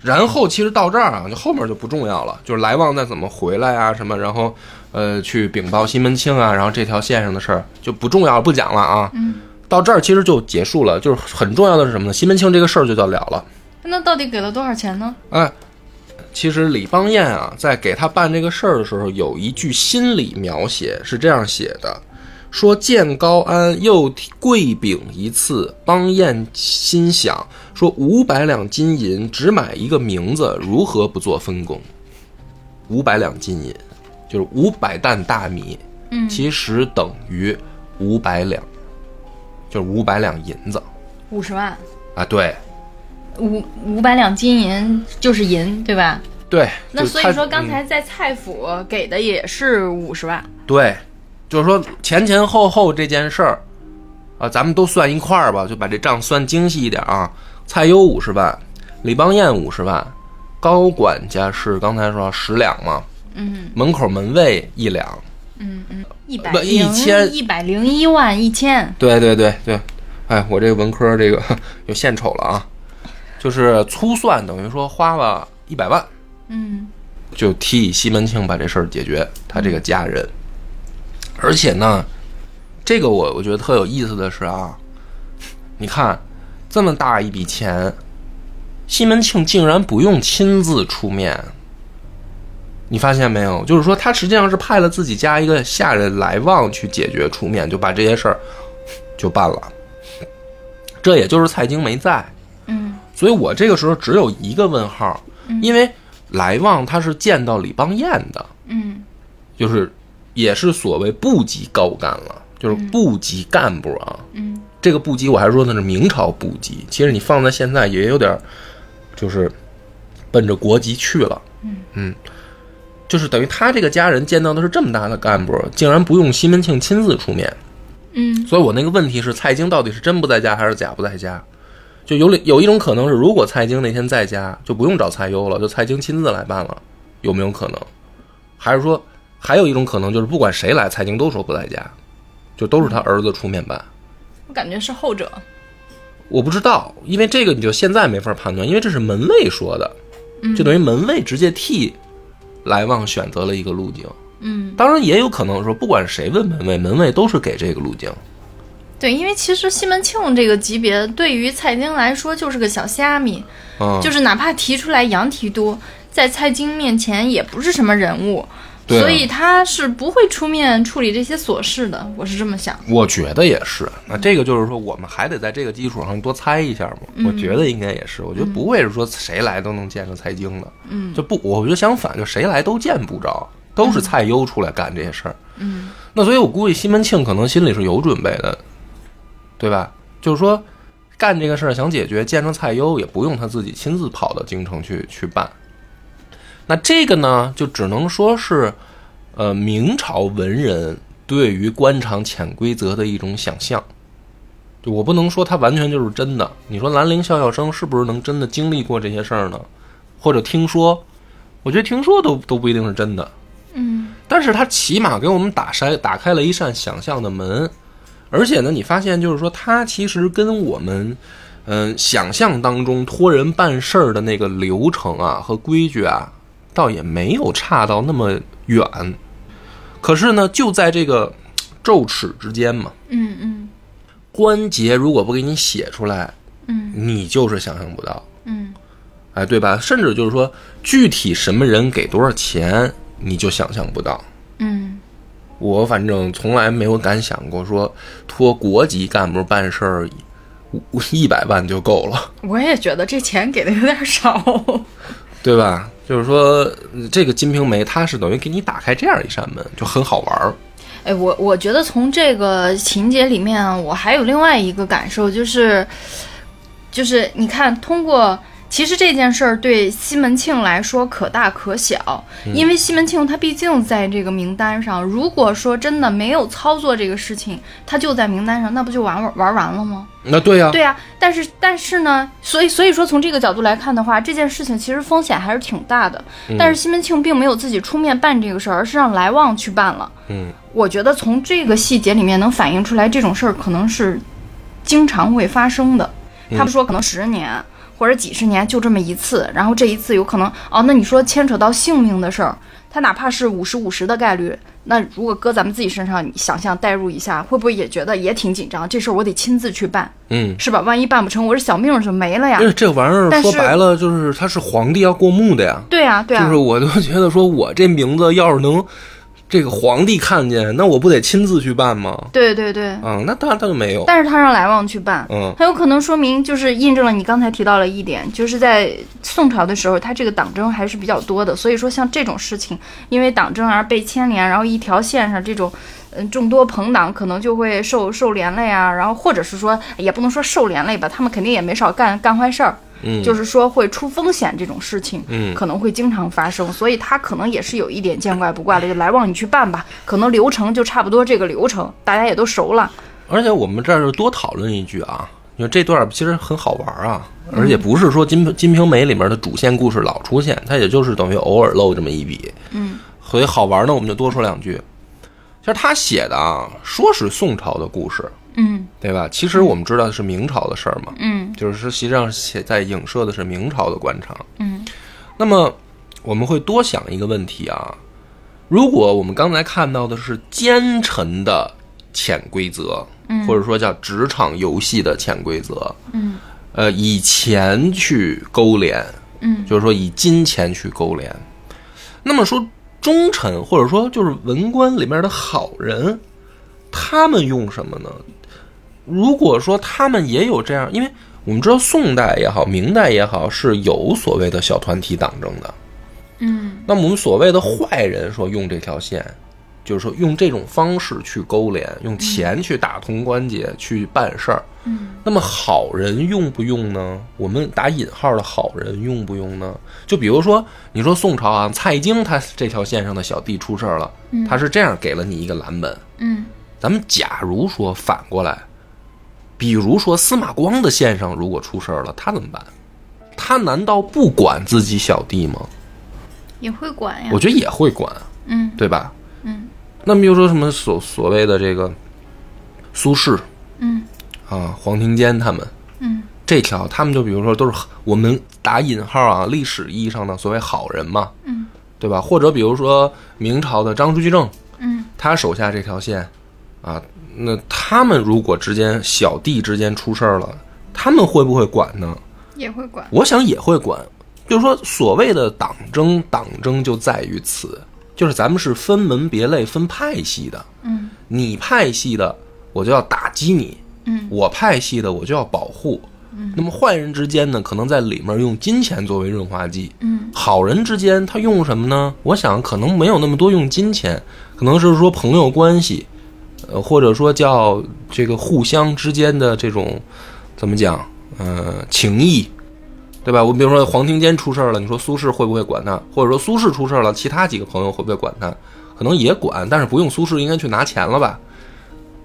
Speaker 3: 然后其实到这儿啊，就后面就不重要了，就是来旺再怎么回来啊什么，然后呃去禀报西门庆啊，然后这条线上的事儿就不重要了，不讲了啊。嗯，到这儿其实就结束了，就是很重要的是什么呢？西门庆这个事儿就叫了了。
Speaker 2: 那到底给了多少钱呢？
Speaker 3: 哎，其实李邦彦啊，在给他办这个事儿的时候，有一句心理描写是这样写的：说见高安又跪禀一次，邦彦心想说五百两金银只买一个名字，如何不做分工？五百两金银就是五百担大米，嗯，其实等于五百两，就是五百两银子
Speaker 2: 五十万，
Speaker 3: 啊，对
Speaker 2: 五五百两金银就是银，对吧？
Speaker 3: 对。
Speaker 2: 那
Speaker 3: 就
Speaker 2: 所
Speaker 3: 他
Speaker 2: 以说，刚
Speaker 3: 嗯
Speaker 2: 才在蔡府给的也是五十万，
Speaker 3: 对，就是说前前后后这件事儿，啊，咱们都算一块儿吧，就把这账算精细一点啊。蔡攸五十万，李邦彦五十万，高管家是刚才说十两嘛，
Speaker 2: 嗯，
Speaker 3: 门口门卫一两，
Speaker 2: 一百
Speaker 3: 不
Speaker 2: 零
Speaker 3: 一千
Speaker 2: 一百零一万一千，
Speaker 3: 对对对对，哎，我这个文科这个 (laughs) 有献丑了啊，就是粗算等于说花了一百万，
Speaker 2: 嗯，
Speaker 3: 就替西门庆把这事儿解决，他这个家人。而且呢，这个我我觉得特有意思的是啊，你看这么大一笔钱，西门庆竟然不用亲自出面。你发现没有？就是说，他实际上是派了自己家一个下人来旺去解决出面，就把这些事儿就办了。这也就是蔡京没在，
Speaker 2: 嗯，
Speaker 3: 所以我这个时候只有一个问号，因为来旺他是见到李邦彦的，
Speaker 2: 嗯，
Speaker 3: 就是也是所谓部级高干了，就是部级干部啊，
Speaker 2: 嗯，
Speaker 3: 这个部级我还说的是明朝部级，其实你放在现在也有点儿，就是奔着国级去了，嗯就是等于他这个家人见到的是这么大的干部，竟然不用西门庆亲自出面，
Speaker 2: 嗯，
Speaker 3: 所以我那个问题是，蔡京到底是真不在家还是假不在家？就有里有一种可能是，如果蔡京那天在家，就不用找蔡攸了，就蔡京亲自来办了，有没有可能？还是说，还有一种可能就是，不管谁来，蔡京都说不在家，就都是他儿子出面办。
Speaker 2: 我感觉是后者，
Speaker 3: 我不知道，因为这个你就现在没法判断，因为这是门卫说的，就等于门卫直接替来旺选择了一个路径。
Speaker 2: 嗯，
Speaker 3: 当然也有可能说，不管谁问门卫，门卫都是给这个路径。
Speaker 2: 对，因为其实西门庆这个级别对于蔡京来说就是个小虾米，
Speaker 3: 嗯，
Speaker 2: 就是哪怕提出来杨提督，在蔡京面前也不是什么人物，
Speaker 3: 对啊
Speaker 2: 所以他是不会出面处理这些琐事的，我是这么想。
Speaker 3: 我觉得也是。那这个就是说，我们还得在这个基础上多猜一下嘛。我觉得应该也是，我觉得不会是说谁来都能见着蔡京的。嗯，就不，我觉得相反，就谁来都见不着，都是蔡攸出来干这些事儿。嗯，那所以我估计西门庆可能心里是有准备的，对吧？就是说，干这个事儿想解决，见着蔡攸也不用他自己亲自跑到京城去去办。那这个呢，就只能说是，呃，明朝文人对于官场潜规则的一种想象。就我不能说它完全就是真的。你说兰陵笑笑生是不是能真的经历过这些事儿呢？或者听说？我觉得听说都都不一定是真的。
Speaker 2: 嗯
Speaker 3: 但是它起码给我们打开打开了一扇想象的门，而且呢，你发现就是说，它其实跟我们，嗯，想象当中托人办事儿的那个流程啊和规矩啊，倒也没有差到那么远。可是呢，就在这个嘖咫尺之间嘛，
Speaker 2: 嗯嗯
Speaker 3: 关节如果不给你写出来，
Speaker 2: 嗯
Speaker 3: 你就是想象不到。
Speaker 2: 嗯
Speaker 3: 哎，对吧？甚至就是说，具体什么人给多少钱，你就想象不到。
Speaker 2: 嗯
Speaker 3: 我反正从来没有敢想过说托国级干部办事儿，一百万就够了，
Speaker 2: 我也觉得这钱给的有点少。
Speaker 3: (laughs) 对吧？就是说，呃这个《金瓶梅》它是等于给你打开这样一扇门，就很好玩儿。
Speaker 2: 哎，我我觉得从这个情节里面，我还有另外一个感受，就是，就是你看，通过其实这件事儿对西门庆来说可大可小，因为西门庆他毕竟在这个名单上，如果说真的没有操作这个事情，他就在名单上，那不就玩玩玩完了吗？
Speaker 3: 那对呀、
Speaker 2: 对啊，但是但是呢，所以所以说从这个角度来看的话，这件事情其实风险还是挺大的。
Speaker 3: 嗯
Speaker 2: 但是西门庆并没有自己出面办这个事儿，而是让来旺去办了。
Speaker 3: 嗯，
Speaker 2: 我觉得从这个细节里面能反映出来，这种事儿可能是经常会发生的。
Speaker 3: 嗯
Speaker 2: 他们说可能十年或者几十年就这么一次，然后这一次有可能哦，那你说牵扯到性命的事儿，他哪怕是五十五十的概率，那如果搁咱们自己身上，你想象代入一下，会不会也觉得也挺紧张？这事儿我得亲自去办，
Speaker 3: 嗯，
Speaker 2: 是吧？万一办不成，我这小命就没了呀
Speaker 3: 因。为这玩意儿
Speaker 2: 但
Speaker 3: 说
Speaker 2: 是
Speaker 3: 白了就是他是皇帝要过目的呀，
Speaker 2: 对啊，对啊，
Speaker 3: 就是我都觉得说我这名字要是能这个皇帝看见，那我不得亲自去办吗？
Speaker 2: 对对对。
Speaker 3: 啊、那当然他就没有，
Speaker 2: 但是他让来旺去办，
Speaker 3: 嗯
Speaker 2: 很有可能说明就是印证了你刚才提到了一点，就是在宋朝的时候，他这个党争还是比较多的，所以说像这种事情，因为党争而被牵连，然后一条线上这种。嗯，众多朋党可能就会受受连累啊，然后或者是说，也不能说受连累吧，他们肯定也没少干干坏事儿，
Speaker 3: 嗯，
Speaker 2: 就是说会出风险这种事情，
Speaker 3: 嗯
Speaker 2: 可能会经常发生，所以他可能也是有一点见怪不怪的，就来旺你去办吧，可能流程就差不多这个流程，大家也都熟了，
Speaker 3: 而且我们这儿就多讨论一句啊，因为这段儿其实很好玩儿啊，而且不是说金《金瓶梅》里面的主线故事老出现，它也就是等于偶尔露这么一笔。
Speaker 2: 嗯，
Speaker 3: 所以好玩儿呢，我们就多说两句。其实他写的啊，说是宋朝的故事，
Speaker 2: 嗯
Speaker 3: 对吧？其实我们知道是明朝的事儿嘛，
Speaker 2: 嗯。
Speaker 3: 就是说实际上写在影射的是明朝的官场。
Speaker 2: 嗯
Speaker 3: 那么我们会多想一个问题啊：如果我们刚才看到的是奸臣的潜规则，
Speaker 2: 嗯
Speaker 3: 或者说叫职场游戏的潜规则，
Speaker 2: 嗯
Speaker 3: 呃，以钱去勾连，
Speaker 2: 嗯
Speaker 3: 就是说以金钱去勾连。那么说忠臣或者说就是文官里面的好人，他们用什么呢？如果说他们也有这样，因为我们知道宋代也好，明代也好，是有所谓的小团体党争的。
Speaker 2: 嗯
Speaker 3: 那么我们所谓的坏人说用这条线，就是说用这种方式去勾连，用钱去打通关节，去办事儿。
Speaker 2: 嗯
Speaker 3: 那么好人用不用呢？我们打引号的好人用不用呢？就比如说，你说宋朝啊，蔡京他这条线上的小弟出事儿了，他是这样给了你一个蓝本。
Speaker 2: 嗯
Speaker 3: 咱们假如说反过来，比如说司马光的线上如果出事儿了，他怎么办？他难道不管自己小弟吗？
Speaker 2: 也会管呀
Speaker 3: 我觉得也会管，
Speaker 2: 嗯
Speaker 3: 对吧？
Speaker 2: 嗯
Speaker 3: 那么又说什么所所谓的这个苏轼
Speaker 2: 嗯
Speaker 3: 啊、黄庭坚他们
Speaker 2: 嗯
Speaker 3: 这条，他们就比如说都是我们打引号啊，历史意义上的所谓好人嘛，
Speaker 2: 嗯，
Speaker 3: 对吧？或者比如说明朝的张居正，
Speaker 2: 嗯
Speaker 3: 他手下这条线啊，那他们如果之间小弟之间出事儿了，他们会不会管呢？
Speaker 2: 也会管
Speaker 3: 我想也会管。就是说，所谓的党争，党争就在于此，就是咱们是分门别类、分派系的。
Speaker 2: 嗯
Speaker 3: 你派系的我就要打击你，
Speaker 2: 嗯，
Speaker 3: 我派系的我就要保护。嗯，那么坏人之间呢，可能在里面用金钱作为润滑剂。
Speaker 2: 嗯，
Speaker 3: 好人之间他用什么呢？我想可能没有那么多用金钱，可能是说朋友关系，呃，或者说叫这个互相之间的这种怎么讲？呃，情谊。对吧？我比如说黄庭坚出事儿了，你说苏轼会不会管他？或者说苏轼出事儿了，其他几个朋友会不会管他？可能也管，但是不用苏轼应该去拿钱了吧？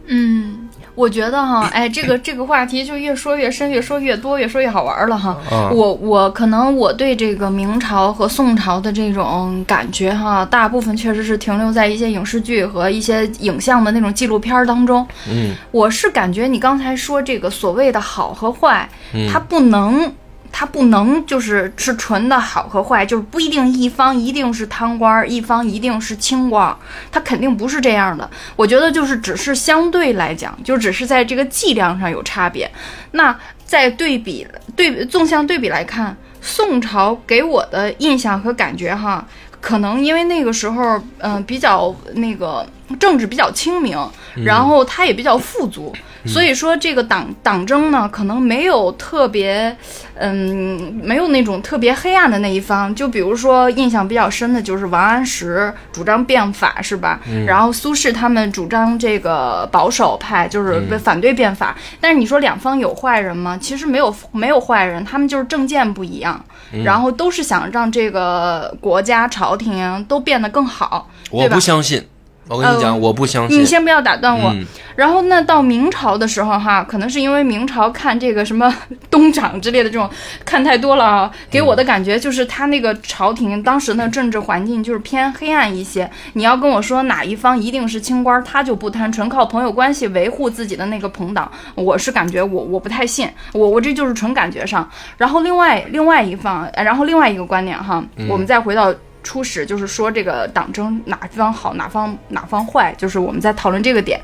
Speaker 2: 嗯。我觉得哈，哎，这个这个话题就越说越深，越说越多，越说越好玩了哈。
Speaker 3: 啊
Speaker 2: 我我可能我对这个明朝和宋朝的这种感觉哈，大部分确实是停留在一些影视剧和一些影像的那种纪录片儿当中。
Speaker 3: 嗯
Speaker 2: 我是感觉你刚才说这个所谓的好和坏，
Speaker 3: 嗯
Speaker 2: 它不能，它不能就是是纯的好和坏，就是不一定一方一定是贪官儿，一方一定是清官儿，它肯定不是这样的。我觉得就是只是相对来讲，就只是在这个剂量上有差别。那在对比对纵向对比来看，宋朝给我的印象和感觉哈，可能因为那个时候，嗯、比较那个政治比较清明，然后它也比较富足，所以说这个党党争呢，可能没有特别，嗯，没有那种特别黑暗的那一方。就比如说印象比较深的就是王安石主张变法，是吧？然后苏轼他们主张这个保守派，就是反对变法。但是你说两方有坏人吗？其实没有，没有坏人，他们就是政见不一样，然后都是想让这个国家朝廷都变得更好，
Speaker 3: 我
Speaker 2: 对吧嗯
Speaker 3: 不？相信，我跟你讲，我不相信。
Speaker 2: 你先不要打断我，
Speaker 3: 嗯
Speaker 2: 然后那到明朝的时候哈，可能是因为明朝看这个什么东厂之类的这种看太多了啊，给我的感觉就是他那个朝廷当时的政治环境就是偏黑暗一些。你要跟我说哪一方一定是清官，他就不贪，纯靠朋友关系维护自己的那个朋党，我是感觉我我不太信，我我这就是纯感觉上。然后另外另外一方，呃然后另外一个观点哈，我们再回到。初始就是说这个党争哪方好哪方哪方坏，就是我们在讨论这个点。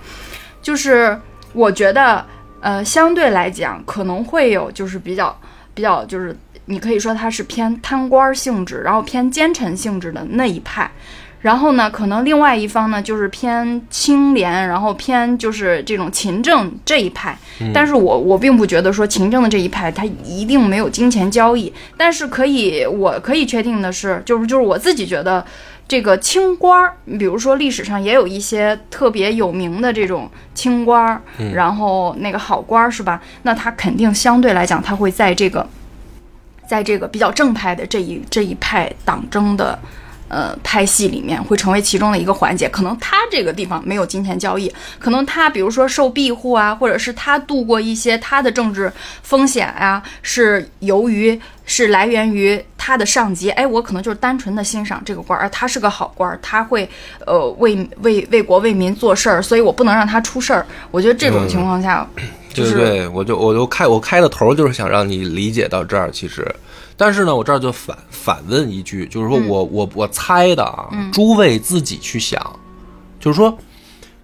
Speaker 2: 就是我觉得，呃，相对来讲可能会有就是比较比较就是你可以说他是偏贪官性质，然后偏奸臣性质的那一派。然后呢，可能另外一方呢就是偏清廉，然后偏就是这种勤政这一派。但是我我并不觉得说勤政的这一派他一定没有金钱交易，但是可以我可以确定的是，就是就是我自己觉得。这个清官儿，比如说历史上也有一些特别有名的这种清官儿，然后那个好官儿是吧？那他肯定相对来讲，他会在这个，在这个比较正派的这一这一派党争的呃派系里面，会成为其中的一个环节。可能他这个地方没有金钱交易，可能他比如说受庇护啊，或者是他度过一些他的政治风险啊，是由于是来源于他的上级。哎，我可能就是单纯的欣赏这个官儿，哎他是个好官儿，他会呃为为为国为民做事儿，所以我不能让他出事儿。我觉得这
Speaker 3: 嗯
Speaker 2: 种情况下，就
Speaker 3: 对
Speaker 2: 是
Speaker 3: 对对，我就我就开我开的头就是想让你理解到这儿，其实，但是呢，我这儿就反反问一句，就是说我、我我猜的啊，诸位自己去想，就是说，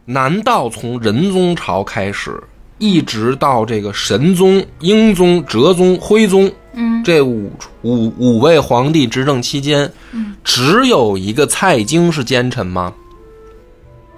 Speaker 3: 难道从仁宗朝开始，一直到这个神宗、英宗、哲宗、徽宗，嗯，这五五五位皇帝执政期间，嗯，只有一个蔡京是奸臣吗？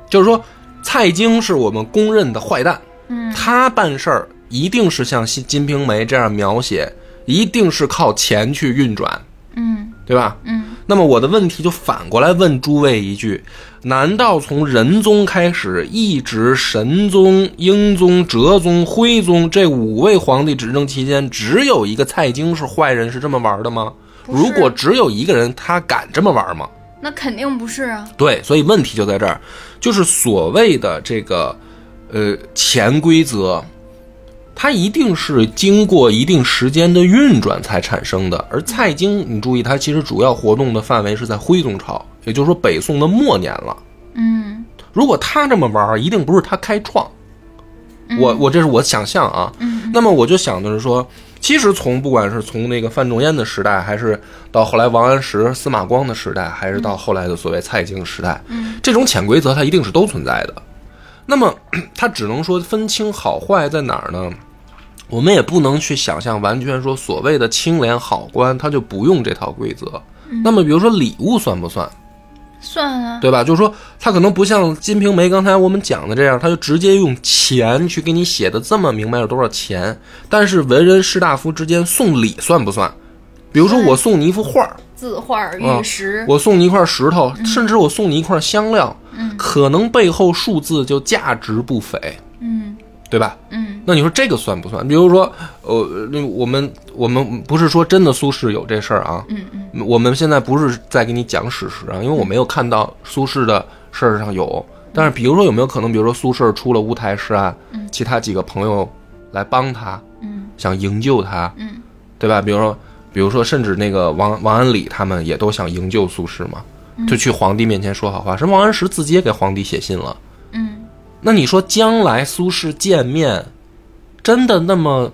Speaker 3: 就是说，蔡京是我们公认的坏蛋，嗯，他办事儿一定是像《金瓶梅》这样描写，一定是靠钱去运转，
Speaker 2: 嗯
Speaker 3: 对吧？
Speaker 2: 嗯，
Speaker 3: 那么我的问题就反过来问诸位一句：难道从仁宗开始，一直神宗、英宗、哲宗、徽宗这五位皇帝执政期间，只有一个蔡京是坏人，是这么玩的吗？
Speaker 2: 不是
Speaker 3: 如果只有一个人，他敢这么玩吗？
Speaker 2: 那肯定不是啊。
Speaker 3: 对，所以问题就在这儿，就是所谓的这个呃潜规则，它一定是经过一定时间的运转才产生的。而蔡京，你注意，它其实主要活动的范围是在徽宗朝，也就是说北宋的末年了。
Speaker 2: 嗯
Speaker 3: 如果他这么玩儿，一定不是他开创。我我这是我想象啊。那么我就想的是说，其实从不管是从那个范仲淹的时代，还是到后来王安石、司马光的时代，还是到后来的所谓蔡京时代，这种潜规则它一定是都存在的。那么 (clears throat) 它只能说分清好坏在哪儿呢？我们也不能去想象完全说所谓的清廉好官，他就不用这套规则。那么比如说礼物算不算？
Speaker 2: 算 (laughs) 啊，
Speaker 3: 对吧？就是说，他可能不像《金瓶梅》刚才我们讲的这样，他就直接用钱去给你写的这么明白有多少钱。但是文人士大夫之间送礼算不算？比如说，我送你一幅画儿，
Speaker 2: 字画、玉
Speaker 3: 嗯
Speaker 2: 石，
Speaker 3: 我送你一块石头，甚至我送你一块香料，可能背后数字就价值不菲，
Speaker 2: 嗯
Speaker 3: 对吧？
Speaker 2: 嗯
Speaker 3: 那你说这个算不算？比如说，呃，那我们我们不是说真的苏轼有这事儿啊，
Speaker 2: 嗯嗯，
Speaker 3: 我们现在不是在给你讲史实啊，因为我没有看到苏轼的事儿上有。但是，比如说有没有可能，比如说苏轼出了乌台诗案，其他几个朋友来帮他，
Speaker 2: 嗯
Speaker 3: 想营救他，
Speaker 2: 嗯
Speaker 3: 对吧？比如说，比如说，甚至那个王王安礼他们也都想营救苏轼嘛，
Speaker 2: 嗯
Speaker 3: 就去皇帝面前说好话。什么王安石自己也给皇帝写信了。
Speaker 2: 嗯，
Speaker 3: 那你说将来苏轼见面，真的那么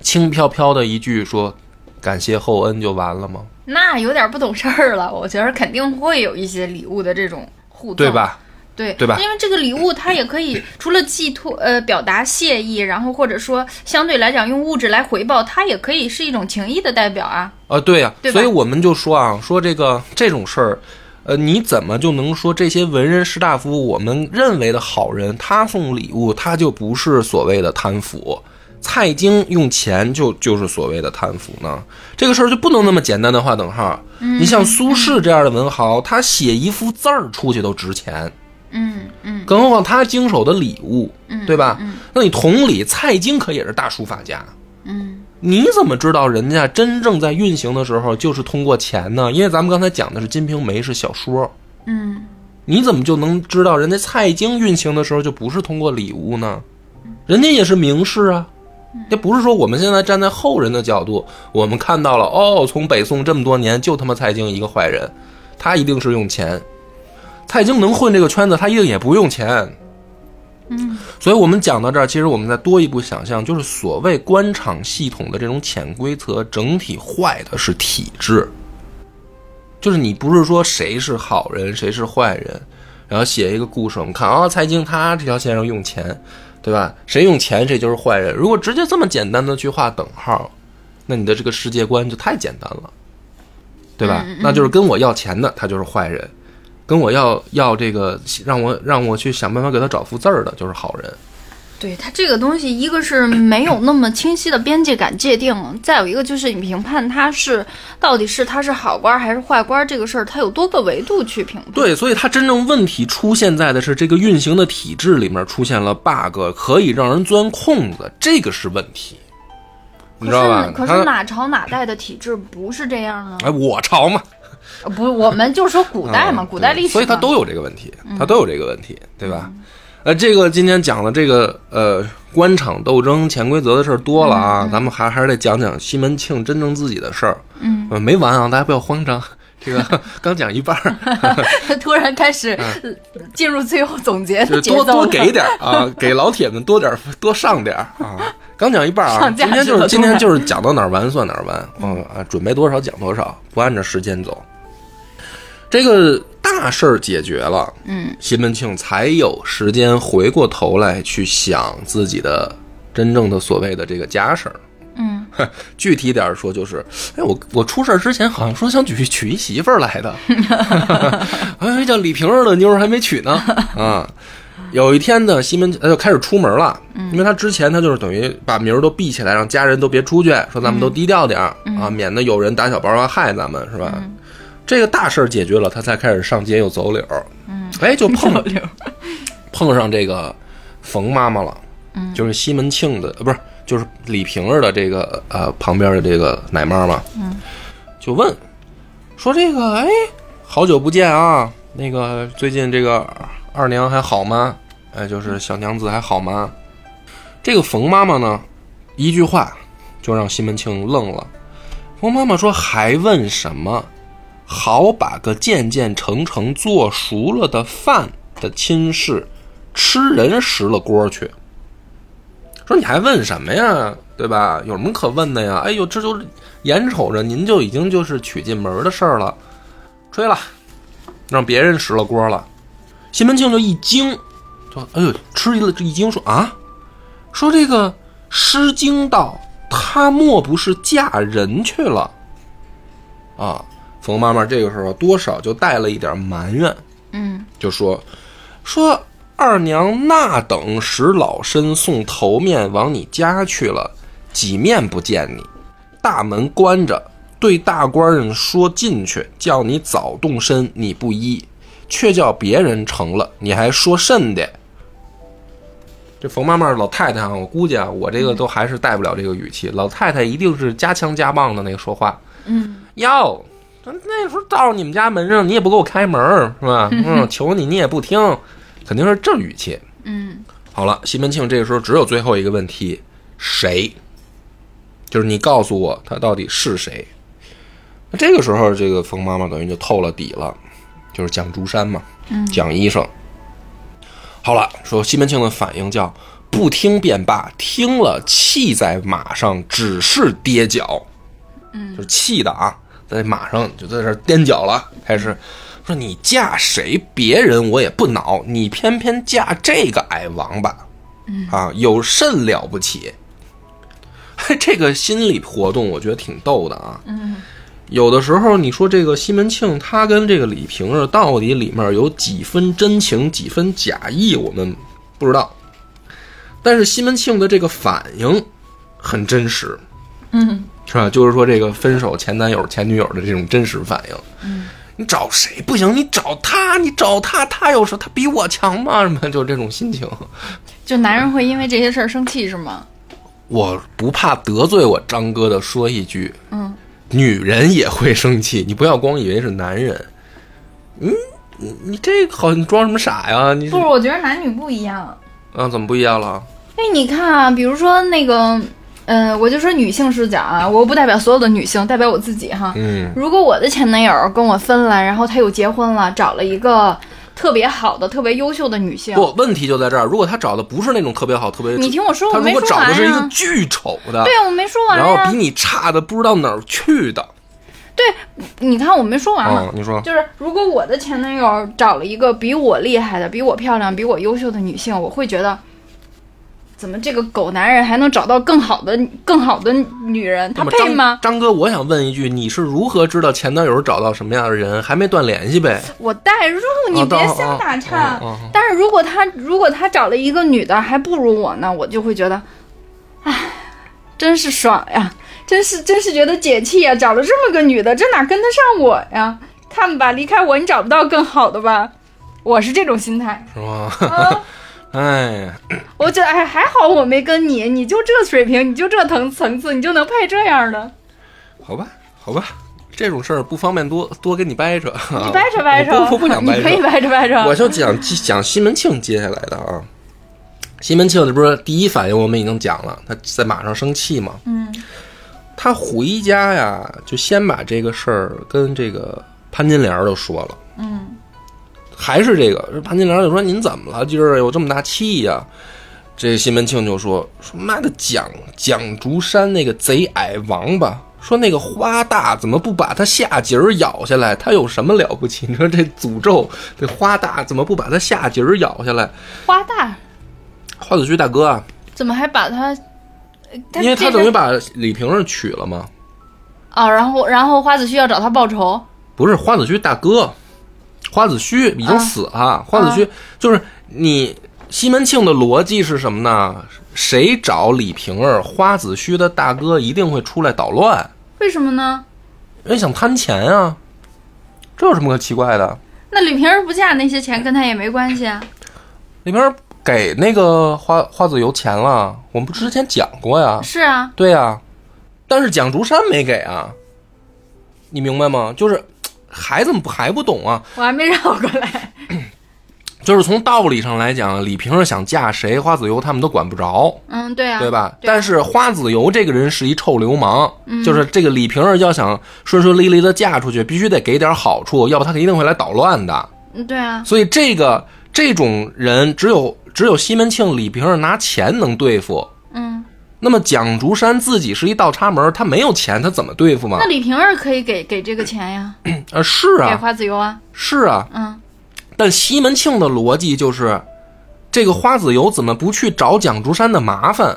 Speaker 3: 轻飘飘的一句说感谢厚恩就完了吗？
Speaker 2: 那有点不懂事儿了。我觉得肯定会有一些礼物的这种互动，
Speaker 3: 对？吧？
Speaker 2: 对
Speaker 3: 对吧
Speaker 2: 因为这个礼物它也可以除了寄托呃表达谢意，然后或者说相对来讲用物质来回报，它也可以是一种情谊的代表啊。
Speaker 3: 啊，对呀、
Speaker 2: 对吧
Speaker 3: 所以我们就说啊，说这个这种事儿，呃，你怎么就能说这些文人士大夫，我们认为的好人，他送礼物，他就不是所谓的贪腐？蔡京用钱就就是所谓的贪腐呢？这个事儿就不能那么简单的划等号。
Speaker 2: 嗯
Speaker 3: 你像苏轼这样的文豪，他写一幅字儿出去都值钱，
Speaker 2: 嗯嗯
Speaker 3: 更何况他经手的礼物，对吧？
Speaker 2: 嗯
Speaker 3: 那你同理，蔡京可也是大书法家，
Speaker 2: 嗯
Speaker 3: 你怎么知道人家真正在运行的时候就是通过钱呢？因为咱们刚才讲的是《金瓶梅》是小说，
Speaker 2: 嗯，
Speaker 3: 你怎么就能知道人家蔡京运行的时候就不是通过礼物呢？人家也是名士啊，这不是说我们现在站在后人的角度，我们看到了哦，从北宋这么多年就他妈蔡京一个坏人，他一定是用钱。蔡京能混这个圈子，他一定也不用钱。嗯，所以我们讲到这儿，其实我们再多一步想象，就是所谓官场系统的这种潜规则，整体坏的是体制，就是你不是说谁是好人谁是坏人，然后写一个故事，我们看啊，蔡京他这条线上用钱，对吧？谁用钱谁就是坏人。如果直接这么简单的去画等号，那你的这个世界观就太简单了，对吧？那就是跟我要钱的他就是坏人，跟我要要这个让我让我去想办法给他找副字儿的就是好人。
Speaker 2: 对它这个东西，一个是没有那么清晰的边界感界定，再有一个就是你评判它是到底是它是好官儿还是坏官儿这个事儿，它有多个维度去评判。
Speaker 3: 对，所以它真正问题出现在的是这个运行的体制里面出现了 bug，可以让人钻空子，这个是问题，你知道吧？
Speaker 2: 可是可
Speaker 3: 它
Speaker 2: 是哪朝哪代的体制不是这样呢？
Speaker 3: 哎，我朝嘛，
Speaker 2: 呃不，我们就说古代嘛，
Speaker 3: 嗯
Speaker 2: 古代
Speaker 3: 对
Speaker 2: 历史嘛，嗯
Speaker 3: 所以它都有这个问题，它都有这个问题，对吧？呃，这个今天讲的这个呃官场斗争潜规则的事儿多了啊，
Speaker 2: 嗯
Speaker 3: 咱们还还是得讲讲西门庆真正自己的事儿。嗯、没完啊，大家不要慌张，这个 (laughs) 刚讲一半儿。
Speaker 2: (laughs) 突然开始呃进入最后总结
Speaker 3: 嗯就
Speaker 2: 的
Speaker 3: 是
Speaker 2: 节
Speaker 3: 多
Speaker 2: 奏
Speaker 3: 多
Speaker 2: 了。
Speaker 3: 给点儿啊，给老铁们多点儿多上点儿啊。刚讲一半啊，
Speaker 2: 上价
Speaker 3: 今
Speaker 2: 值
Speaker 3: 天就是
Speaker 2: 了
Speaker 3: 今天
Speaker 2: 突然
Speaker 3: 就是讲到哪儿完算哪儿完，嗯啊，准备多少讲多少，不按照时间走。这个大事儿解决了，
Speaker 2: 嗯，
Speaker 3: 西门庆才有时间回过头来去想自己的真正的所谓的这个家事儿。
Speaker 2: 嗯，
Speaker 3: (laughs) 具体点儿说就是，哎，我我出事儿之前好像说想娶娶一媳妇儿来的， (laughs) 哎，叫李瓶儿的妞儿还没娶呢， (laughs) 啊。有一天呢，西门庆呃就开始出门了，因为他之前他就是等于把名儿都闭起来，让家人都别出去，说咱们都低调点儿、啊，免得有人打小报告害咱们，是吧？这个大事儿解决了，他才开始上街又走柳儿，哎，就碰
Speaker 2: 交流
Speaker 3: 碰上这个冯妈妈了，就是西门庆的，呃，不是，就是李瓶儿的这个呃旁边的这个奶妈嘛，嗯，就问说这个，哎，好久不见啊，那个最近这个二娘还好吗？哎，就是小娘子还好吗？这个冯妈妈呢，一句话就让西门庆愣了。冯妈妈说：“还问什么？好把个渐渐成成做熟了的饭的亲事，吃人拾了锅去。说你还问什么呀？对吧？有什么可问的呀？哎呦，这就眼瞅着您就已经就是娶进门的事儿了，吹了，让别人拾了锅了。西门庆就一惊，就哎呦，吃一了一惊说啊，说这个《诗经》道，她莫不是嫁人去了？啊，冯妈妈这个时候多少就带了一点埋怨，
Speaker 2: 嗯，
Speaker 3: 就说说二娘那等使老身送头面往你家去了，几面不见你，大门关着，对大官人说进去，叫你早动身，你不依，却叫别人成了，你还说甚的？这冯妈妈老太太啊，我估计啊，我这个都还是带不了这个语气。老太太一定是加枪加棒的那个说话。嗯，哟，那时候到你们家门上，你也不给我开门儿，是吧？嗯，求你你也不听，肯定是这语气。
Speaker 2: 嗯，
Speaker 3: 好了，西门庆这个时候只有最后一个问题：谁？就是你告诉我他到底是谁。那这个时候，这个冯妈妈等于就透了底了，就是蒋竹山嘛，蒋医生。好了，说西门庆的反应叫不听便罢，听了气在马上，只是跌脚。嗯，就是气的啊，在马上就在这儿踮脚了，开始说你嫁谁别人我也不恼，你偏偏嫁这个矮王八，啊，有甚了不起？ (laughs) 这个心理活动我觉得挺逗的啊。嗯，有的时候你说这个西门庆他跟这个李瓶儿到底里面有几分真情，几分假意，我们不知道。但是西门庆的这个反应很真实，嗯，是吧？就是说这个分手前男友、前女友的这种真实反应。你找谁不行？你找他，你找他，他有时候他比我强吗？什么就 (laughs) 这种心情。
Speaker 2: 就男人会因为这些事儿生气是吗？
Speaker 3: 我不怕得罪我张哥的，说一句，
Speaker 2: 嗯，
Speaker 3: 女人也会生气，你不要光以为是男人。嗯，你你这个好，你装什么傻呀？你
Speaker 2: 不是，我觉得男女不一样。
Speaker 3: 啊，怎么不一样了？
Speaker 2: 因为你看啊，比如说那个，呃，我就说女性视角啊，我不代表所有的女性，代表我自己哈。
Speaker 3: 嗯，
Speaker 2: 如果我的前男友跟我分了，然后他又结婚了，找了一个特别好的、特别优秀的女性，
Speaker 3: 不，问题就在这儿。如果他找的不是那种特别好、特别，
Speaker 2: 你听我说，我
Speaker 3: 他如
Speaker 2: 没
Speaker 3: 果
Speaker 2: 说
Speaker 3: 找的
Speaker 2: 完
Speaker 3: 是一个
Speaker 2: 呀。
Speaker 3: 巨丑的，
Speaker 2: 对呀，我没说完
Speaker 3: 然后
Speaker 2: 呀
Speaker 3: 比。你差的不知道哪儿去的，
Speaker 2: 你看我没说完嘛，
Speaker 3: 啊，你说
Speaker 2: 就是如果我的前男友找了一个比我厉害的、比我漂亮、比我优秀的女性，我会觉得，怎么这个狗男人还能找到更好的、更好的女人？他
Speaker 3: 那么
Speaker 2: 配
Speaker 3: 张
Speaker 2: 吗？
Speaker 3: 张哥，我想问一句，你是如何知道前男友找到什么样的人？还没断联系呗？
Speaker 2: 我代入，你
Speaker 3: 啊
Speaker 2: 别
Speaker 3: 当
Speaker 2: 瞎打岔。
Speaker 3: 啊啊啊啊
Speaker 2: 但是如果他如果他找了一个女的还不如我呢，我就会觉得，唉，真是爽呀，真是真是觉得解气呀，找了这么个女的，这哪跟得上我呀？看吧，离开我你找不到更好的吧？我是这种心
Speaker 3: (laughs)
Speaker 2: 态。
Speaker 3: 是吗？
Speaker 2: 啊
Speaker 3: 哎，
Speaker 2: 我觉得哎，还好我没跟你，你就这水平，你就这层层次，你就能配这样的，
Speaker 3: 啊好吧，好吧，这种事儿不方便多多跟你掰扯。
Speaker 2: 你
Speaker 3: 你
Speaker 2: 掰扯掰扯，
Speaker 3: 我不我不想掰
Speaker 2: 你可以
Speaker 3: 扯，
Speaker 2: 掰扯掰扯。
Speaker 3: (laughs) 我就讲讲西门庆接下来的啊。西门庆这不是第一反应我们已经讲了，他在马上生气嘛。
Speaker 2: 嗯
Speaker 3: 他回家呀，就先把这个事儿跟这个潘金莲儿都说了。
Speaker 2: 嗯，
Speaker 3: 还是这个，这潘金莲就说：“您怎么了？今儿有这么大气呀、这西门庆就说：“说妈的蒋蒋竹山那个贼矮王八，说那个花大怎么不把他下节儿咬下来？他有什么了不起？你说这诅咒，这花大怎么不把他下节儿咬下来？
Speaker 2: 花大
Speaker 3: 花子虚大哥啊，
Speaker 2: 怎么还把呃他？
Speaker 3: 因为他
Speaker 2: 这
Speaker 3: 等于
Speaker 2: 个
Speaker 3: 把李瓶儿娶了嘛，
Speaker 2: 啊，然后然后花子虚要找他报仇，
Speaker 3: 不是花子虚大哥，花子虚已
Speaker 2: 啊
Speaker 3: 经死了。啊花子虚、就是你西门庆的逻辑是什么呢？谁找李瓶儿，花子虚的大哥一定会出来捣乱，
Speaker 2: 为什么呢？
Speaker 3: 因为想贪钱啊。这有什么可奇怪的？
Speaker 2: 那李瓶儿不嫁那些钱跟他也没关系啊。
Speaker 3: 李瓶儿给那个花花子油钱了，我们不之前讲过呀？
Speaker 2: 是啊，
Speaker 3: 对呀、但是蒋竹山没给啊，你明白吗？就是孩子们不还不懂啊，
Speaker 2: 我还没绕过来。
Speaker 3: 就是从道理上来讲，李瓶儿想嫁谁，花子由他们都管不着，
Speaker 2: (laughs) 嗯，对啊，
Speaker 3: 对吧？
Speaker 2: 对嗯
Speaker 3: 但是花子由这个人是一臭流氓，就是这个李瓶儿要想顺顺利利的嫁出去，必须得给点好处，要不他一定会来捣乱的。
Speaker 2: 嗯，对啊，
Speaker 3: 所以这个这种人，只有只有西门庆、李瓶儿拿钱能对付。
Speaker 2: 嗯，
Speaker 3: 那么蒋竹山自己是一倒插门儿，他没有钱，他怎么对付嘛
Speaker 2: 那？李瓶儿可以给给这个钱呀，
Speaker 3: 啊，是
Speaker 2: 给
Speaker 3: 啊，
Speaker 2: 花子油啊，
Speaker 3: 是啊，
Speaker 2: 嗯，
Speaker 3: 但西门庆的逻辑就是，这个花子由怎么不去找蒋竹山的麻烦？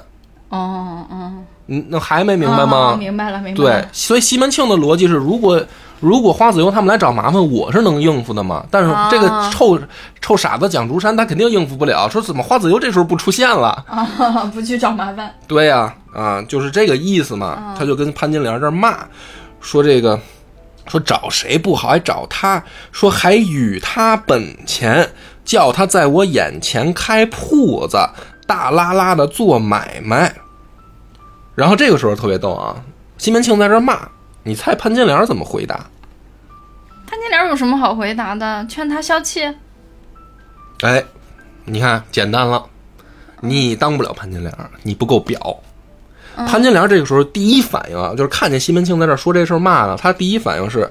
Speaker 2: 哦哦，
Speaker 3: 嗯，那还没明白吗？
Speaker 2: 哦明白了，明白
Speaker 3: 对
Speaker 2: 了。，
Speaker 3: 所以西门庆的逻辑是，如果如果花子由他们来找麻烦，我是能应付的嘛。但是
Speaker 2: 啊
Speaker 3: 这个臭、臭傻子蒋竹山，他肯定应付不了。说怎么花子由这时候不出现了？
Speaker 2: 啊， (laughs) 不去找麻烦。
Speaker 3: 对呀、啊，就是这个意思嘛。他就跟潘金莲这儿骂，说这个。说找谁不好，还找他，说还与他本钱，叫他在我眼前开铺子，大拉拉的做买卖。然后这个时候特别逗啊，西门庆在这儿骂，你猜潘金莲怎么回答？
Speaker 2: 潘金莲有什么好回答的？劝他消气。
Speaker 3: 哎，你看简单了，你当不了潘金莲，你不够表。潘金莲这个时候第一反应啊，就是看见西门庆在这儿说这事儿骂呢，她第一反应是：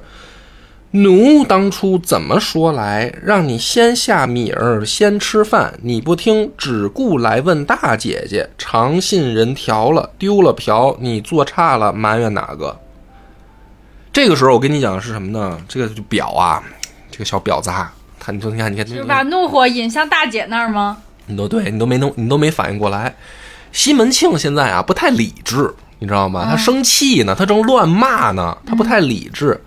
Speaker 3: 奴当初怎么说来，让你先下米儿，先吃饭，你不听，只顾来问大姐姐。常信人调了，丢了瓢，你做差了，埋怨哪个？这个时候我跟你讲的是什么呢？这个就表啊，这个小婊砸，他你说你看你看，
Speaker 2: 就是把怒火引向大姐那儿吗？
Speaker 3: 你都对你都没弄，你都没反应过来。西门庆现在啊不太理智，你知道吗？
Speaker 2: 嗯
Speaker 3: 他生气呢，他正乱骂呢，他不太理智。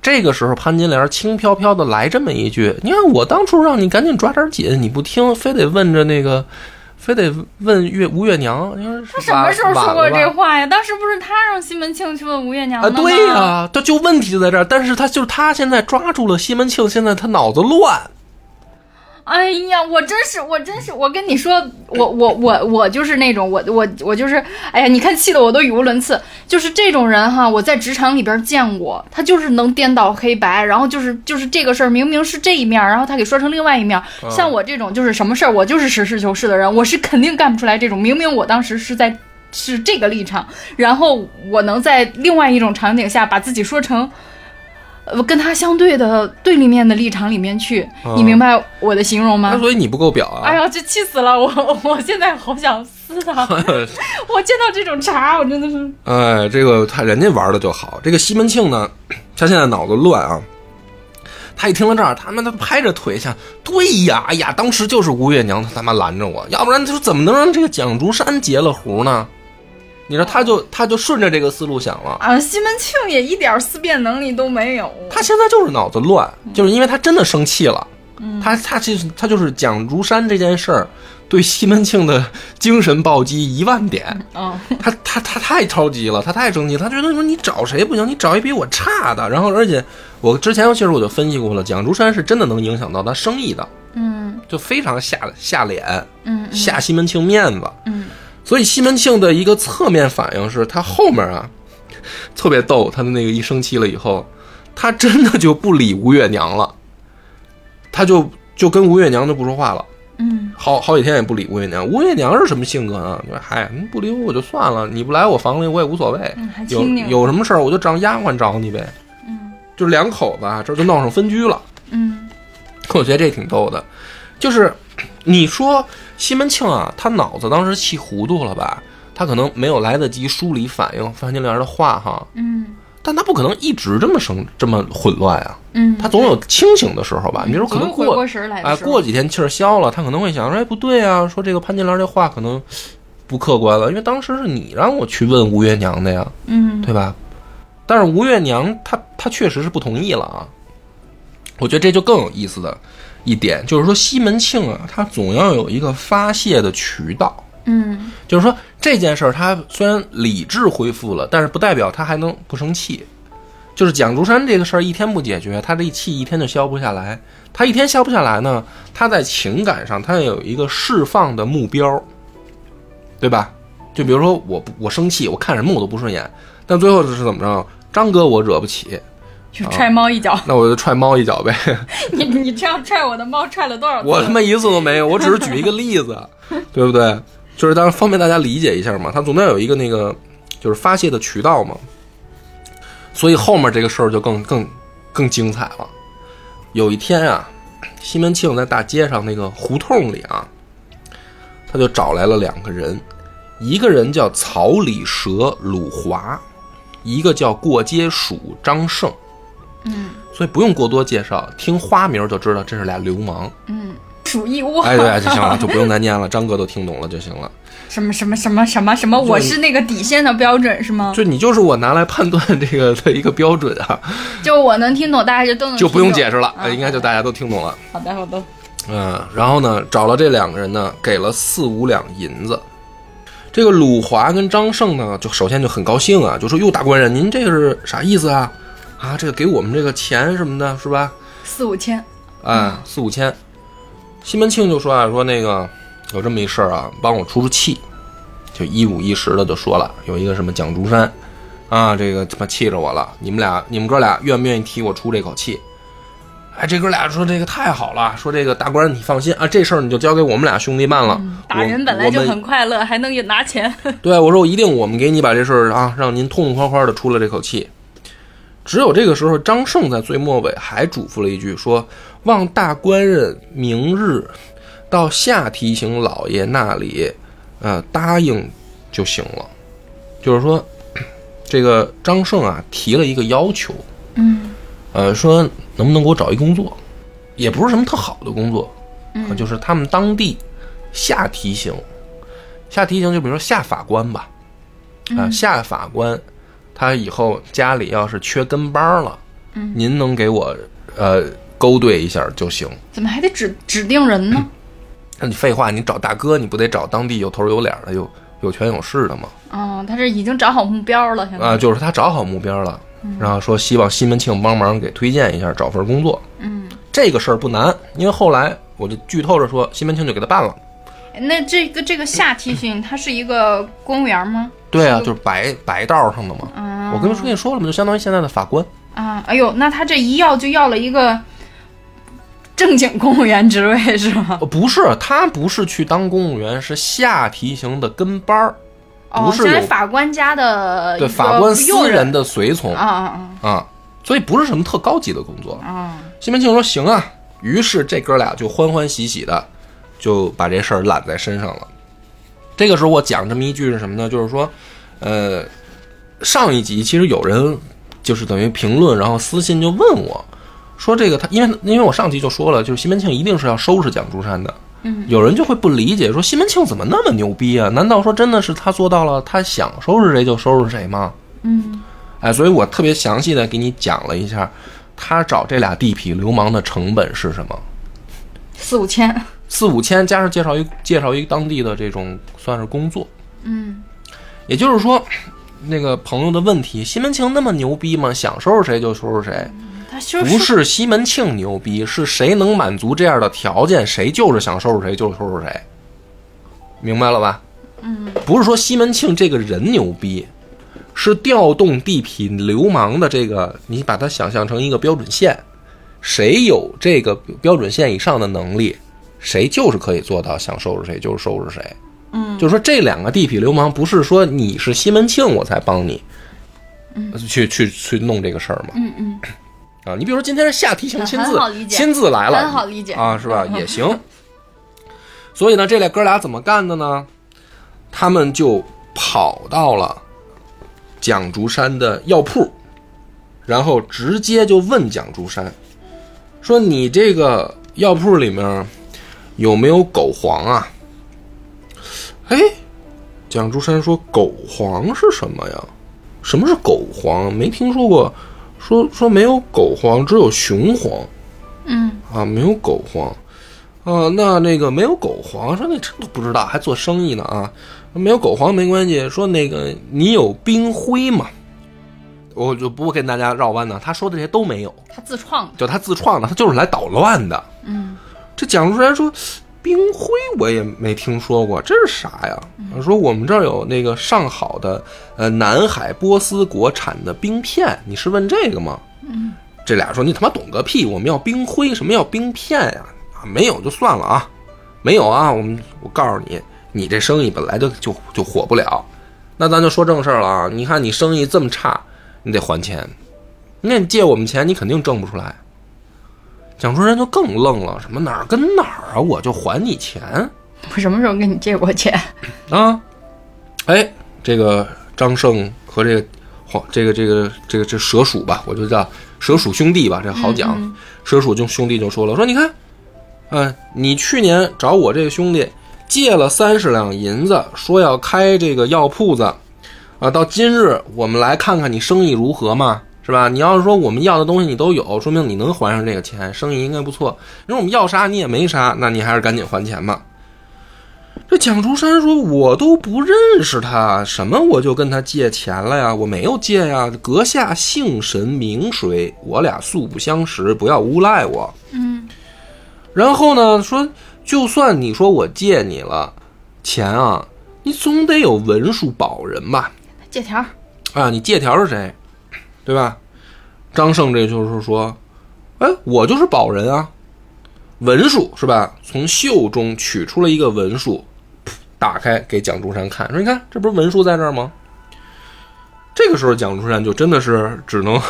Speaker 3: 这个时候，潘金莲轻飘飘的来这么一句：“你看我当初让你赶紧抓点紧，你不听，非得问着那个，非得问岳吴月娘。”你说
Speaker 2: 他什么时候说过这
Speaker 3: 话？
Speaker 2: 话呀？当时不是他让西门庆去问吴月娘
Speaker 3: 啊，
Speaker 2: 的吗？
Speaker 3: 对呀、他就问题就在这儿。但是他就是他现在抓住了西门庆，现在他脑子乱，
Speaker 2: 哎呀，我真是，我真是，我跟你说，我我我我就是那种，我我我就是，哎呀，你看气得我都语无伦次。就是这种人哈，我在职场里边见过，他就是能颠倒黑白，然后就是就是这个事儿明明是这一面，然后他给说成另外一面。
Speaker 3: 嗯
Speaker 2: 像我这种就是什么事儿我就是实事求是的人，我是肯定干不出来这种。明明我当时是在是这个立场，然后我能在另外一种场景下把自己说成。呃，跟他相对的对立面的立场里面去，你
Speaker 3: 嗯
Speaker 2: 明白我的形容吗
Speaker 3: 那？所以你不够表啊。 (laughs)
Speaker 2: 哎呀，这气死了我！我 (laughs) 现在好想撕他！我见到这种茶，我真的是
Speaker 3: 哎，这个他人家玩的就好。这个西门庆呢， (clears throat) 他现在脑子乱啊。他一听到这儿，他妈的拍着腿想，对呀，哎呀，当时就是吴月娘她他妈拦着我，要不然他说怎么能让这个蒋竹山结了胡呢？你说他就他就顺着这个思路想了，
Speaker 2: 啊，西门庆也一点思辨能力都没有。
Speaker 3: 他现在就是脑子乱，就是因为他真的生气了。他他其实他就是蒋竹山这件事儿，对西门庆的精神暴击一万点。
Speaker 2: 嗯，
Speaker 3: 他他他太着急了，他太生气了，他觉得说你找谁不行，你找一比我差的。然后而且我之前其实我就分析过了，蒋竹山是真的能影响到他生意的，
Speaker 2: 嗯
Speaker 3: 就非常下下脸，
Speaker 2: 嗯嗯
Speaker 3: 下西门庆面子。
Speaker 2: 嗯，
Speaker 3: 所以西门庆的一个侧面反应是他后面啊，特别逗，他的那个一生气了以后，他真的就不理吴月娘了，他就就跟吴月娘就不说话了，
Speaker 2: 嗯
Speaker 3: 好好几天也不理吴月娘。吴月娘是什么性格呢？就说嗨，你不理我我就算了，你不来我房里我也无所谓，
Speaker 2: 嗯，还
Speaker 3: 有
Speaker 2: 清静。
Speaker 3: 有什么事儿我就找丫鬟找你呗。
Speaker 2: 嗯
Speaker 3: 就两口子啊，这就闹上分居了。
Speaker 2: 嗯
Speaker 3: 我觉得这挺逗的，就是你说西门庆啊，他脑子当时气糊涂了吧？他可能没有来得及梳理反应范金莲的话哈，
Speaker 2: 嗯
Speaker 3: 但他不可能一直这么生这么混乱啊，
Speaker 2: 嗯，
Speaker 3: 他总有清醒的时候吧？你比如可
Speaker 2: 总
Speaker 3: 能
Speaker 2: 有回
Speaker 3: 过
Speaker 2: 过神儿来
Speaker 3: 哎
Speaker 2: 的时候。
Speaker 3: 过几天气儿消了，他可能会想说哎不对啊，说这个潘金莲这话可能不客观了，因为当时是你让我去问吴月娘的呀，
Speaker 2: 嗯
Speaker 3: 对吧？但是吴月娘她她确实是不同意了啊。我觉得这就更有意思的一点，就是说西门庆啊，他总要有一个发泄的渠道。
Speaker 2: 嗯
Speaker 3: 就是说这件事儿，他虽然理智恢复了，但是不代表他还能不生气。就是蒋竹山这个事儿一天不解决，他这气一天就消不下来。他一天消不下来呢，他在情感上他也有一个释放的目标，对吧？就比如说我不我生气，我看什么我都不顺眼，但最后是怎么着？张哥我惹不起，
Speaker 2: 就踹猫一脚，
Speaker 3: 那我就踹猫一脚呗。
Speaker 2: (laughs) 你你这样踹我的猫踹了多少次？
Speaker 3: 我他妈一次都没有，我只是举一个例子，对不对？就是当然方便大家理解一下嘛，他总得有一个那个就是发泄的渠道嘛，所以后面这个事儿就更更更精彩了。有一天啊，西门庆在大街上那个胡同里啊，他就找来了两个人，一个人叫草里蛇鲁华，一个叫过街鼠张胜，
Speaker 2: 嗯
Speaker 3: 所以不用过多介绍，听花名就知道这是俩流氓。
Speaker 2: 嗯，鼠疫窝，
Speaker 3: 哎，对，就行了，就不用再念了，张哥都听懂了就行了。
Speaker 2: 什么什么什么什么什么，我是那个底线的标准是吗？
Speaker 3: 就你就是我拿来判断这个的一个标准啊，
Speaker 2: 就我能听懂，大家就都能
Speaker 3: 就不用
Speaker 2: 听懂
Speaker 3: 解释了，哎
Speaker 2: 啊
Speaker 3: 应该就大家都听懂了。
Speaker 2: 好的好的，
Speaker 3: 嗯，然后呢，找了这两个人呢，给了四五两银子。这个鲁华跟张胜呢，就首先就很高兴啊，就说：“哟，大官人，您这个是啥意思啊？啊，这个给我们这个钱什么的，是吧？
Speaker 2: 四五千，
Speaker 3: 啊，四五千。”西门庆就说啊：“说那个有这么一事儿啊，帮我出出气。”就一五一十的就说了，有一个什么蒋竹山，啊，这个他妈气着我了，你们俩，你们哥俩愿不愿意替我出这口气？哎，这哥俩说这个太好了，说这个大官人你放心啊，这事儿你就交给我们俩兄弟办了。
Speaker 2: 嗯打人
Speaker 3: 我
Speaker 2: 本来就
Speaker 3: 我
Speaker 2: 很
Speaker 3: 们
Speaker 2: 快乐，还能拿钱。 (laughs)
Speaker 3: (laughs) 对我说我一定，我们给你把这事儿啊，让您痛痛快快的出了这口气。只有这个时候，张胜在最末尾还嘱咐了一句说：“望大官人明日到下提刑老爷那里，呃，答应就行了。”就是说，这个张胜啊提了一个要求，
Speaker 2: 嗯
Speaker 3: 呃，说能不能给我找一工作，也不是什么特好的工作，啊
Speaker 2: 嗯
Speaker 3: 就是他们当地下提刑，下提刑就比如说下法官吧，
Speaker 2: 嗯
Speaker 3: 啊、下法官，他以后家里要是缺跟班儿了，
Speaker 2: 嗯
Speaker 3: 您能给我呃勾兑一下就行。
Speaker 2: 怎么还得指指定人呢？
Speaker 3: 嗯那你废话，你找大哥，你不得找当地有头有脸的、有有权有势的吗？
Speaker 2: 哦，他这已经找好目标了，现在。
Speaker 3: 啊，就是他找好目标了，
Speaker 2: 嗯
Speaker 3: 然后说希望西门庆帮忙给推荐一下，找份工作。
Speaker 2: 嗯，
Speaker 3: 这个事儿不难，因为后来我就剧透着说，西门庆就给他办了。
Speaker 2: 那这个这个下提醒，他是一个公务员吗？
Speaker 3: 对啊，就是白白道上的嘛。
Speaker 2: 啊
Speaker 3: 我跟跟你说了嘛，就相当于现在的法官。
Speaker 2: 啊，哎呦，那他这一要就要了一个正经公务员职位是吗？
Speaker 3: 呃，不是，他不是去当公务员，是下提刑的跟班儿，
Speaker 2: 哦，
Speaker 3: 不是
Speaker 2: 现在
Speaker 3: 有
Speaker 2: 法官家的
Speaker 3: 对
Speaker 2: 呃一个
Speaker 3: 法官
Speaker 2: 佣
Speaker 3: 私人的随从
Speaker 2: 啊啊
Speaker 3: 啊，所以不是什么特高级的工作
Speaker 2: 啊。啊！
Speaker 3: 西门庆说：“行啊。”于是这哥俩就欢欢喜喜的就把这事儿揽在身上了。这个时候我讲这么一句是什么呢？就是说，呃，上一集其实有人就是等于评论，然后私信就问我，说这个他，因为因为我上期就说了，就是西门庆一定是要收拾蒋竹山的。嗯，有人就会不理解，说西门庆怎么那么牛逼啊？难道说真的是他做到了，他想收拾谁就收拾谁吗？
Speaker 2: 嗯
Speaker 3: 哎，所以我特别详细的给你讲了一下，他找这俩地痞流氓的成本是什么。
Speaker 2: 四五千，
Speaker 3: 四五千，加上介绍一介绍一当地的这种算是工作，
Speaker 2: 嗯
Speaker 3: 也就是说，那个朋友的问题，西门庆那么牛逼吗？想收拾谁就收拾谁，
Speaker 2: (laughs) 他就
Speaker 3: 不是西门庆牛逼，是谁能满足这样的条件，谁就是想收拾谁就收拾谁，明白了吧？嗯，不是说西门庆这个人牛逼，是调动地痞流氓的这个，你把它想象成一个标准线，谁有这个标准线以上的能力，谁就是可以做到想收拾谁就是收拾谁。嗯，就是说这两个地痞流氓不是说你是西门庆我才帮你，嗯，去去去弄这个事儿嘛。
Speaker 2: 嗯嗯，
Speaker 3: 啊，你比如说今天是下提琴
Speaker 2: 很
Speaker 3: 亲
Speaker 2: 很
Speaker 3: 自
Speaker 2: 好理解
Speaker 3: 亲自来了，
Speaker 2: 很好理解嗯
Speaker 3: 啊，是吧？也行。所以呢，这俩哥俩怎么干的呢？他们就跑到了蒋竹山的药铺，然后直接就问蒋竹山说：“你这个药铺里面有没有狗黄啊？”哎，蒋竹山说：“狗黄是什么呀？什么是狗黄？没听说过。说说没有狗黄，只有雄黄
Speaker 2: 嗯
Speaker 3: 啊，没有狗黄。啊，那那个没有狗黄，说那真的不知道，还做生意呢啊，没有狗黄没关系。说那个你有冰灰吗？我就不跟大家绕弯呢，他说的这些都没有，
Speaker 2: 他自创的，
Speaker 3: 就他自创的，他就是来捣乱的。
Speaker 2: 嗯
Speaker 3: 这讲出来说，冰灰我也没听说过，这是啥呀？说我们这儿有那个上好的，呃，南海波斯国产的冰片，你是问这个吗？
Speaker 2: 嗯，
Speaker 3: 这俩说你他妈懂个屁，我们要冰灰，什么要冰片呀？啊，没有就算了啊，没有啊，我们我告诉你，你这生意本来就就就火不了，那咱就说正事儿了啊。你看你生意这么差，你得还钱，那你借我们钱，你肯定挣不出来。蒋春山就更愣了，什么哪儿跟哪儿啊？我就还你钱
Speaker 2: 我 (laughs) 什么时候跟你借过钱？
Speaker 3: 啊！哎，这个张胜和这个黄这个这个这个这蛇鼠吧，我就叫蛇鼠兄弟吧，这好讲。蛇鼠就兄弟就说了，说你看，嗯、你去年找我这个兄弟借了三十两银子，说要开这个药铺子，啊，到今日我们来看看你生意如何嘛，是吧？你要是说我们要的东西你都有，说明你能还上这个钱，生意应该不错。你说我们要啥你也没啥，那你还是赶紧还钱吧。这蒋竹山说：“我都不认识他，什么我就跟他借钱了呀？我没有借呀。阁下姓神名谁？我俩素不相识，不要诬赖我。”
Speaker 2: 嗯
Speaker 3: 然后呢，说就算你说我借你了钱啊，你总得有文书保人吧？
Speaker 2: 借条儿，
Speaker 3: 啊，你借条是谁，对吧？张胜这就是说，哎，我就是保人啊，文书是吧？从袖中取出了一个文书，打开给蒋竹山看，说你看，这不是文书在这儿吗？这个时候，蒋竹山就真的是只能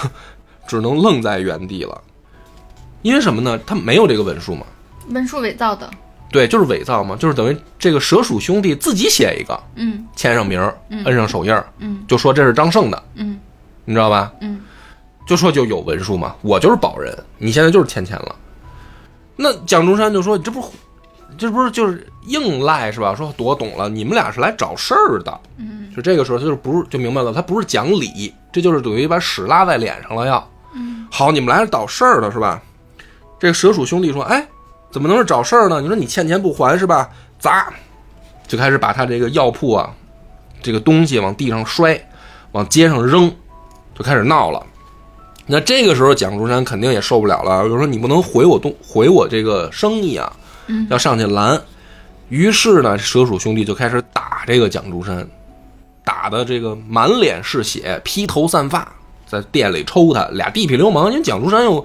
Speaker 3: 只能愣在原地了，因为什么呢？他没有这个文书嘛，
Speaker 2: 文书伪造的，
Speaker 3: 对，就是伪造嘛，就是等于这个蛇鼠兄弟自己写一个，
Speaker 2: 嗯
Speaker 3: 签上名儿，摁上手印儿，
Speaker 2: 嗯
Speaker 3: 就说这是张胜的，
Speaker 2: 嗯
Speaker 3: 你知道吧？
Speaker 2: 嗯，
Speaker 3: 就说就有文书嘛，我就是保人，你现在就是欠钱了。那蒋中山就说：“你这不，这不是就是硬赖是吧？说我懂了，你们俩是来找事儿的。”
Speaker 2: 嗯，
Speaker 3: 就这个时候他就是不是就明白了，他不是讲理，这就是等于把屎拉在脸上了要。嗯，好，你们来是找事儿的是吧？这个蛇鼠兄弟说：“哎，怎么能是找事儿呢？你说你欠钱不还是吧？砸！”就开始把他这个药铺啊，这个东西往地上摔，往街上扔，就开始闹了。那这个时候，蒋竹山肯定也受不了了，就说你不能毁我东毁我这个生意啊，
Speaker 2: 嗯
Speaker 3: 要上去拦。于是呢，蛇鼠兄弟就开始打这个蒋竹山，打的这个满脸是血，披头散发，在店里抽他。俩地痞流氓，因为蒋竹山又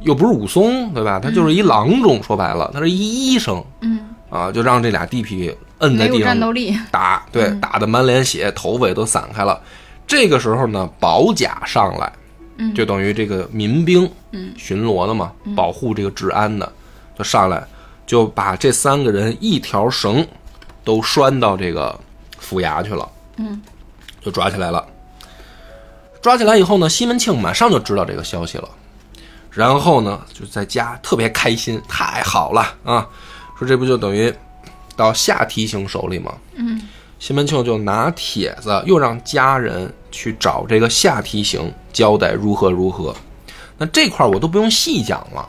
Speaker 3: 又不是武松，对吧？他就是一郎中，说白了，他是一医生
Speaker 2: 嗯，
Speaker 3: 啊，就让这俩地痞摁
Speaker 2: 没
Speaker 3: 嗯在
Speaker 2: 有
Speaker 3: 地上
Speaker 2: 战斗力，
Speaker 3: 打，对，
Speaker 2: 嗯
Speaker 3: 打得满脸血，头尾都散开了。这个时候呢，保甲上来，
Speaker 2: 嗯
Speaker 3: 就等于这个民兵，
Speaker 2: 嗯
Speaker 3: 巡逻的嘛，保护这个治安的，就上来就把这三个人一条绳都拴到这个府衙去了，
Speaker 2: 嗯，
Speaker 3: 就抓起来了。抓起来以后呢，西门庆马上就知道这个消息了，然后呢就在家特别开心，太好了啊！说这不就等于到下提刑手里吗？
Speaker 2: 嗯，
Speaker 3: 西门庆就拿帖子又让家人去找这个下提刑交代如何如何。那这块儿我都不用细讲了，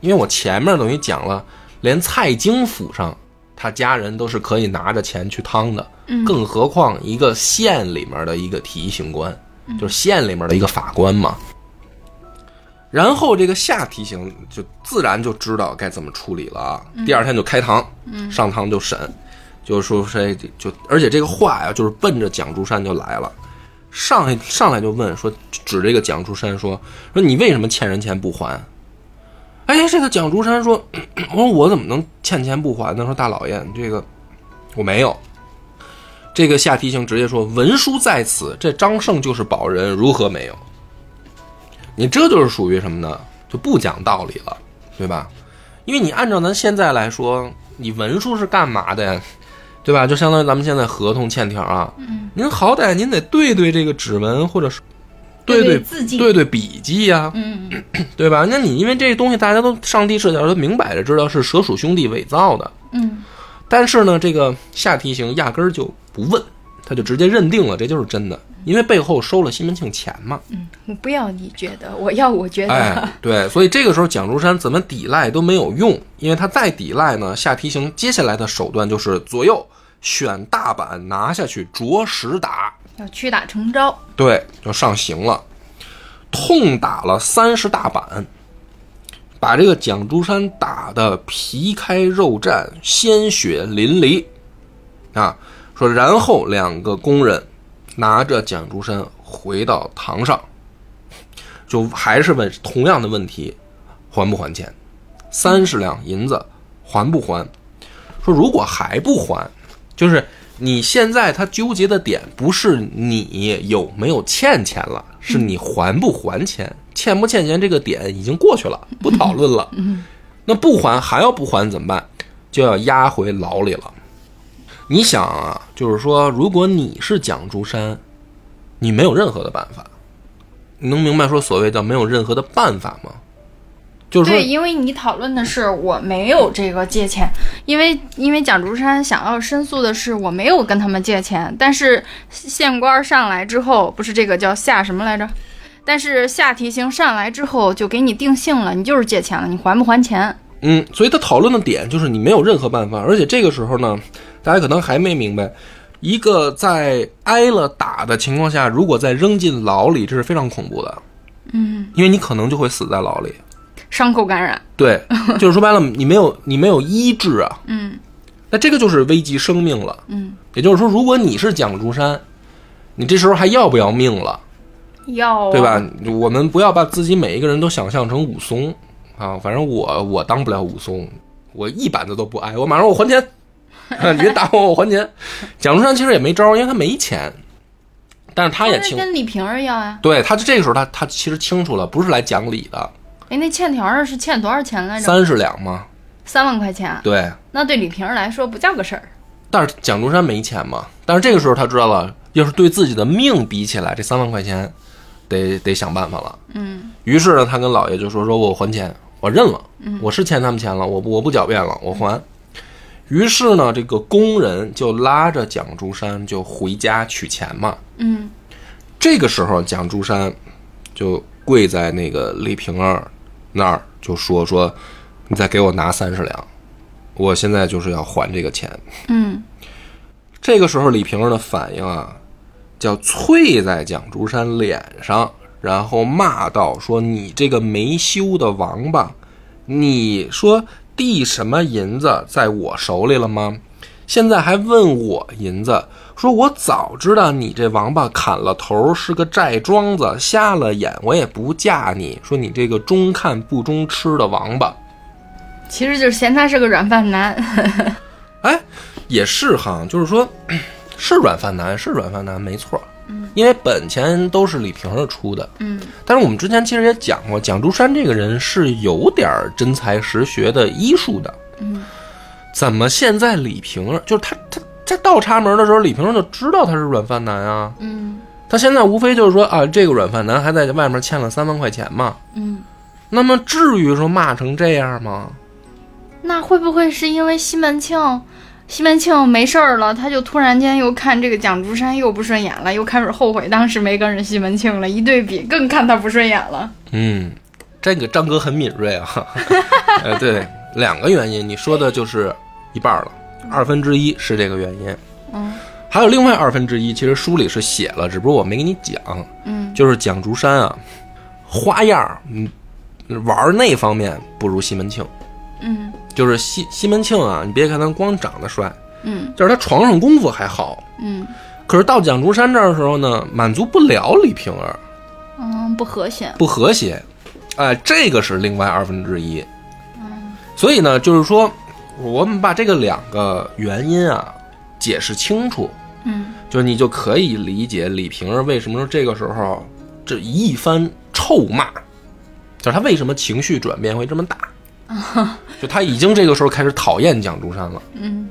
Speaker 3: 因为我前面等于讲了，连蔡京府上他家人都是可以拿着钱去趟的，
Speaker 2: 嗯
Speaker 3: 更何况一个县里面的一个提刑官，就是县里面的一个法官嘛。然后这个下提刑就自然就知道该怎么处理了啊。第二天就开堂，上堂就审，就说谁就，而且这个话呀，就是奔着蒋竹山就来了，上来上来就问说，指这个蒋竹山说说你为什么欠人钱不还？哎，这个蒋竹山说，我说我怎么能欠钱不还呢？说大老爷，这个我没有。这个下提刑直接说，文书在此，这张胜就是保人，如何没有？你这就是属于什么呢？就不讲道理了，对吧？因为你按照咱现在来说，你文书是干嘛的呀？对吧？就相当于咱们现在合同欠条啊，
Speaker 2: 嗯
Speaker 3: 您好歹您得对对这个指纹，或者是
Speaker 2: 对
Speaker 3: 对
Speaker 2: 字迹
Speaker 3: 对对笔迹呀、
Speaker 2: 嗯嗯
Speaker 3: 对吧？那你因为这东西大家都上帝视角都明摆着知道是蛇鼠兄弟伪造的，
Speaker 2: 嗯
Speaker 3: 但是呢，这个下提刑压根儿就不问，他就直接认定了这就是真的，因为背后收了西门庆钱嘛。
Speaker 2: 嗯，我不要你觉得，我要我觉得。
Speaker 3: 哎，对，所以这个时候蒋竹山怎么抵赖都没有用，因为他再抵赖呢，下提刑接下来的手段就是左右选大板拿下去，着实打，
Speaker 2: 要屈打成招。
Speaker 3: 对，就上刑了，痛打了三十大板，把这个蒋竹山打得皮开肉绽，鲜血淋漓啊！说，然后两个工人拿着蒋竹山回到堂上，就还是问同样的问题：还不还钱？三十两银子还不还？说如果还不还，就是你现在他纠结的点不是你有没有欠钱了，是你还不还钱，欠不欠钱这个点已经过去了，不讨论了。那不还还要不还怎么办？就要押回牢里了。你想啊，就是说，如果你是蒋竹山，你没有任何的办法，你能明白说所谓叫没有任何的办法吗？就是说
Speaker 2: 对，，因为你讨论的是我没有这个借钱，因为因为蒋竹山想要申诉的是我没有跟他们借钱，但是县官上来之后，不是这个叫下什么来着？但是下提刑上来之后就给你定性了，你就是借钱了，你还不还钱？
Speaker 3: 嗯，所以他讨论的点就是你没有任何办法，而且这个时候呢，大家可能还没明白，一个在挨了打的情况下，如果再扔进牢里，这是非常恐怖的，
Speaker 2: 嗯，
Speaker 3: 因为你可能就会死在牢里。
Speaker 2: 伤口感染，
Speaker 3: 对，就是说白了，你没有你没有医治啊，
Speaker 2: 嗯
Speaker 3: 那这个就是危及生命了。
Speaker 2: 嗯，
Speaker 3: 也就是说，如果你是蒋竹山，你这时候还要不要命了？
Speaker 2: 要、啊
Speaker 3: 对吧？？我们不要把自己每一个人都想象成武松啊，反正我我当不了武松，我一板子都不挨，我马上我还钱， (laughs) 你别打我，我还钱。蒋中山其实也没招儿，因为他没钱，但是他也清，
Speaker 2: 跟李瓶儿一样啊，
Speaker 3: 对他这个时候他他其实清楚了，不是来讲理的，
Speaker 2: 哎，那欠条儿是欠多少钱来着？
Speaker 3: 三十两嘛，
Speaker 2: 三万块钱，啊
Speaker 3: 对。
Speaker 2: 那对李瓶儿来说不叫个事儿。
Speaker 3: 但是蒋中山没钱嘛，但是这个时候他知道了，要是对自己的命比起来，这三万块钱得得想办法了。
Speaker 2: 嗯
Speaker 3: 于是呢，他跟老爷就说：“说我还钱，我认了，我是欠他们钱了，我不我不狡辩了，我还。”于是呢，这个工人就拉着蒋竹山就回家取钱嘛。
Speaker 2: 嗯
Speaker 3: 这个时候，蒋竹山就跪在那个李瓶儿那儿，就说：“说你再给我拿三十两，我现在就是要还这个钱。”
Speaker 2: 嗯，
Speaker 3: 这个时候，李瓶儿的反应啊，叫啐在蒋竹山脸上，然后骂道：“说你这个没羞的王八，你说递什么银子在我手里了吗？现在还问我银子，说我早知道你这王八砍了头是个债庄子，瞎了眼，我也不嫁你。说你这个中看不中吃的王八。”
Speaker 2: 其实就是嫌他是个软饭男。
Speaker 3: 哎，也是哈，就是说， (clears throat) 是软饭男，是软饭男，没错。嗯，因为本钱都是李瓶儿出的。
Speaker 2: 嗯，
Speaker 3: 但是我们之前其实也讲过，蒋竹山这个人是有点儿真才实学的医术的。嗯，怎么现在李瓶儿就是他他在倒插门的时候，李瓶儿就知道他是软饭男啊？
Speaker 2: 嗯
Speaker 3: 他现在无非就是说啊，这个软饭男还在外面欠了三万块钱嘛。
Speaker 2: 嗯，
Speaker 3: 那么至于说骂成这样吗？
Speaker 2: 那会不会是因为西门庆？西门庆没事儿了，他就突然间又看这个蒋竹山又不顺眼了，又开始后悔当时没跟人西门庆了。一对比，更看他不顺眼了。
Speaker 3: 嗯，这个张哥很敏锐啊。 (laughs) 呃，对，两个原因，你说的就是一半了，二分之一是这个原因，
Speaker 2: 嗯
Speaker 3: 还有另外二分之一，其实书里是写了，只不过我没给你讲。
Speaker 2: 嗯
Speaker 3: 就是蒋竹山啊，花样儿嗯，玩儿那方面不如西门庆。
Speaker 2: 嗯
Speaker 3: 就是西西门庆啊，你别看他光长得帅，
Speaker 2: 嗯
Speaker 3: 就是他床上功夫还好。
Speaker 2: 嗯
Speaker 3: 可是到蒋竹山这儿的时候呢，满足不了李瓶儿，
Speaker 2: 嗯，不和谐。
Speaker 3: 不和谐，哎、这个是另外二分之一。所以呢，就是说，我们把这个两个原因啊解释清楚，
Speaker 2: 嗯
Speaker 3: 就是你就可以理解李瓶儿为什么说这个时候这一番臭骂，就是他为什么情绪转变会这么大，就他已经这个时候开始讨厌蒋竹山了。
Speaker 2: 嗯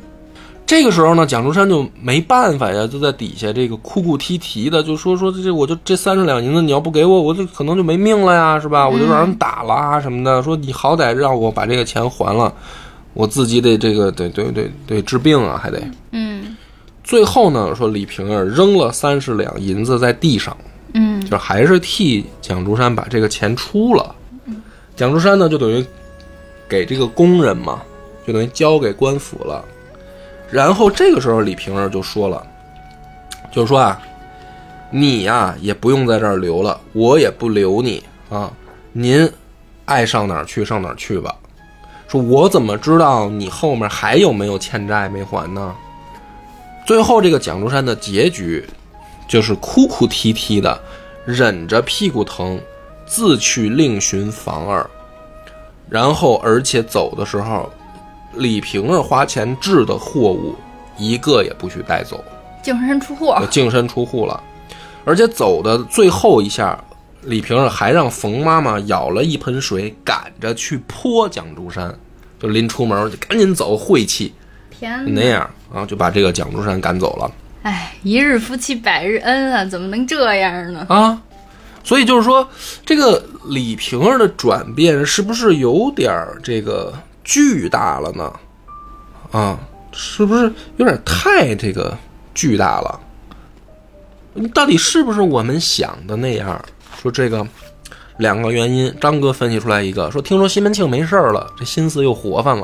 Speaker 3: 这个时候呢，蒋竹山就没办法呀，就在底下这个哭哭啼啼的，就说说这我就这三十两银子你要不给我，我就可能就没命了呀，是吧？我就让人打了啊什么的，说你好歹让我把这个钱还了，我自己得这个得得得得治病啊，还得。
Speaker 2: 嗯
Speaker 3: 最后呢，说李瓶儿扔了三十两银子在地上，
Speaker 2: 嗯
Speaker 3: 就还是替蒋竹山把这个钱出了。蒋竹山呢，就等于给这个工人嘛，就等于交给官府了。然后这个时候，李瓶儿就说了，就说啊，你呀、也不用在这儿留了，我也不留你啊，您爱上哪儿去上哪儿去吧。说我怎么知道你后面还有没有欠债没还呢？最后这个蒋竹山的结局就是哭哭啼啼的，忍着屁股疼，自去另寻房儿。然后，而且走的时候，李瓶儿花钱制的货物一个也不许带走，
Speaker 2: 净身出户
Speaker 3: 就。净身出户了。而且走的最后一下，李瓶儿还让冯妈妈舀了一盆水，赶着去泼蒋竹山，就临出门就赶紧走，晦气
Speaker 2: 天
Speaker 3: 那！样啊，就把这个蒋竹山赶走了。
Speaker 2: 哎，一日夫妻百日恩啊，怎么能这样呢？
Speaker 3: 啊。所以就是说，这个李瓶儿的转变是不是有点儿这个巨大了呢？啊，是不是有点太这个巨大了？嗯到底是不是我们想的那样？说这个两个原因，张哥分析出来一个，说听说西门庆没事儿了，这心思又活泛了；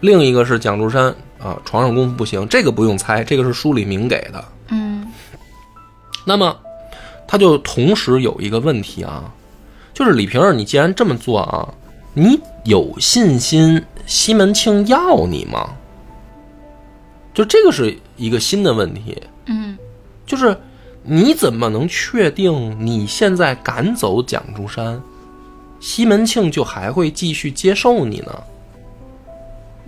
Speaker 3: 另一个是蒋竹山啊，床上功夫不行，这个不用猜，这个是书里明给的。
Speaker 2: 嗯
Speaker 3: 那么，他就同时有一个问题啊，就是李瓶儿，你既然这么做啊，你有信心西门庆要你吗？就这个是一个新的问题，
Speaker 2: 嗯
Speaker 3: 就是你怎么能确定你现在赶走蒋竹山，西门庆就还会继续接受你呢？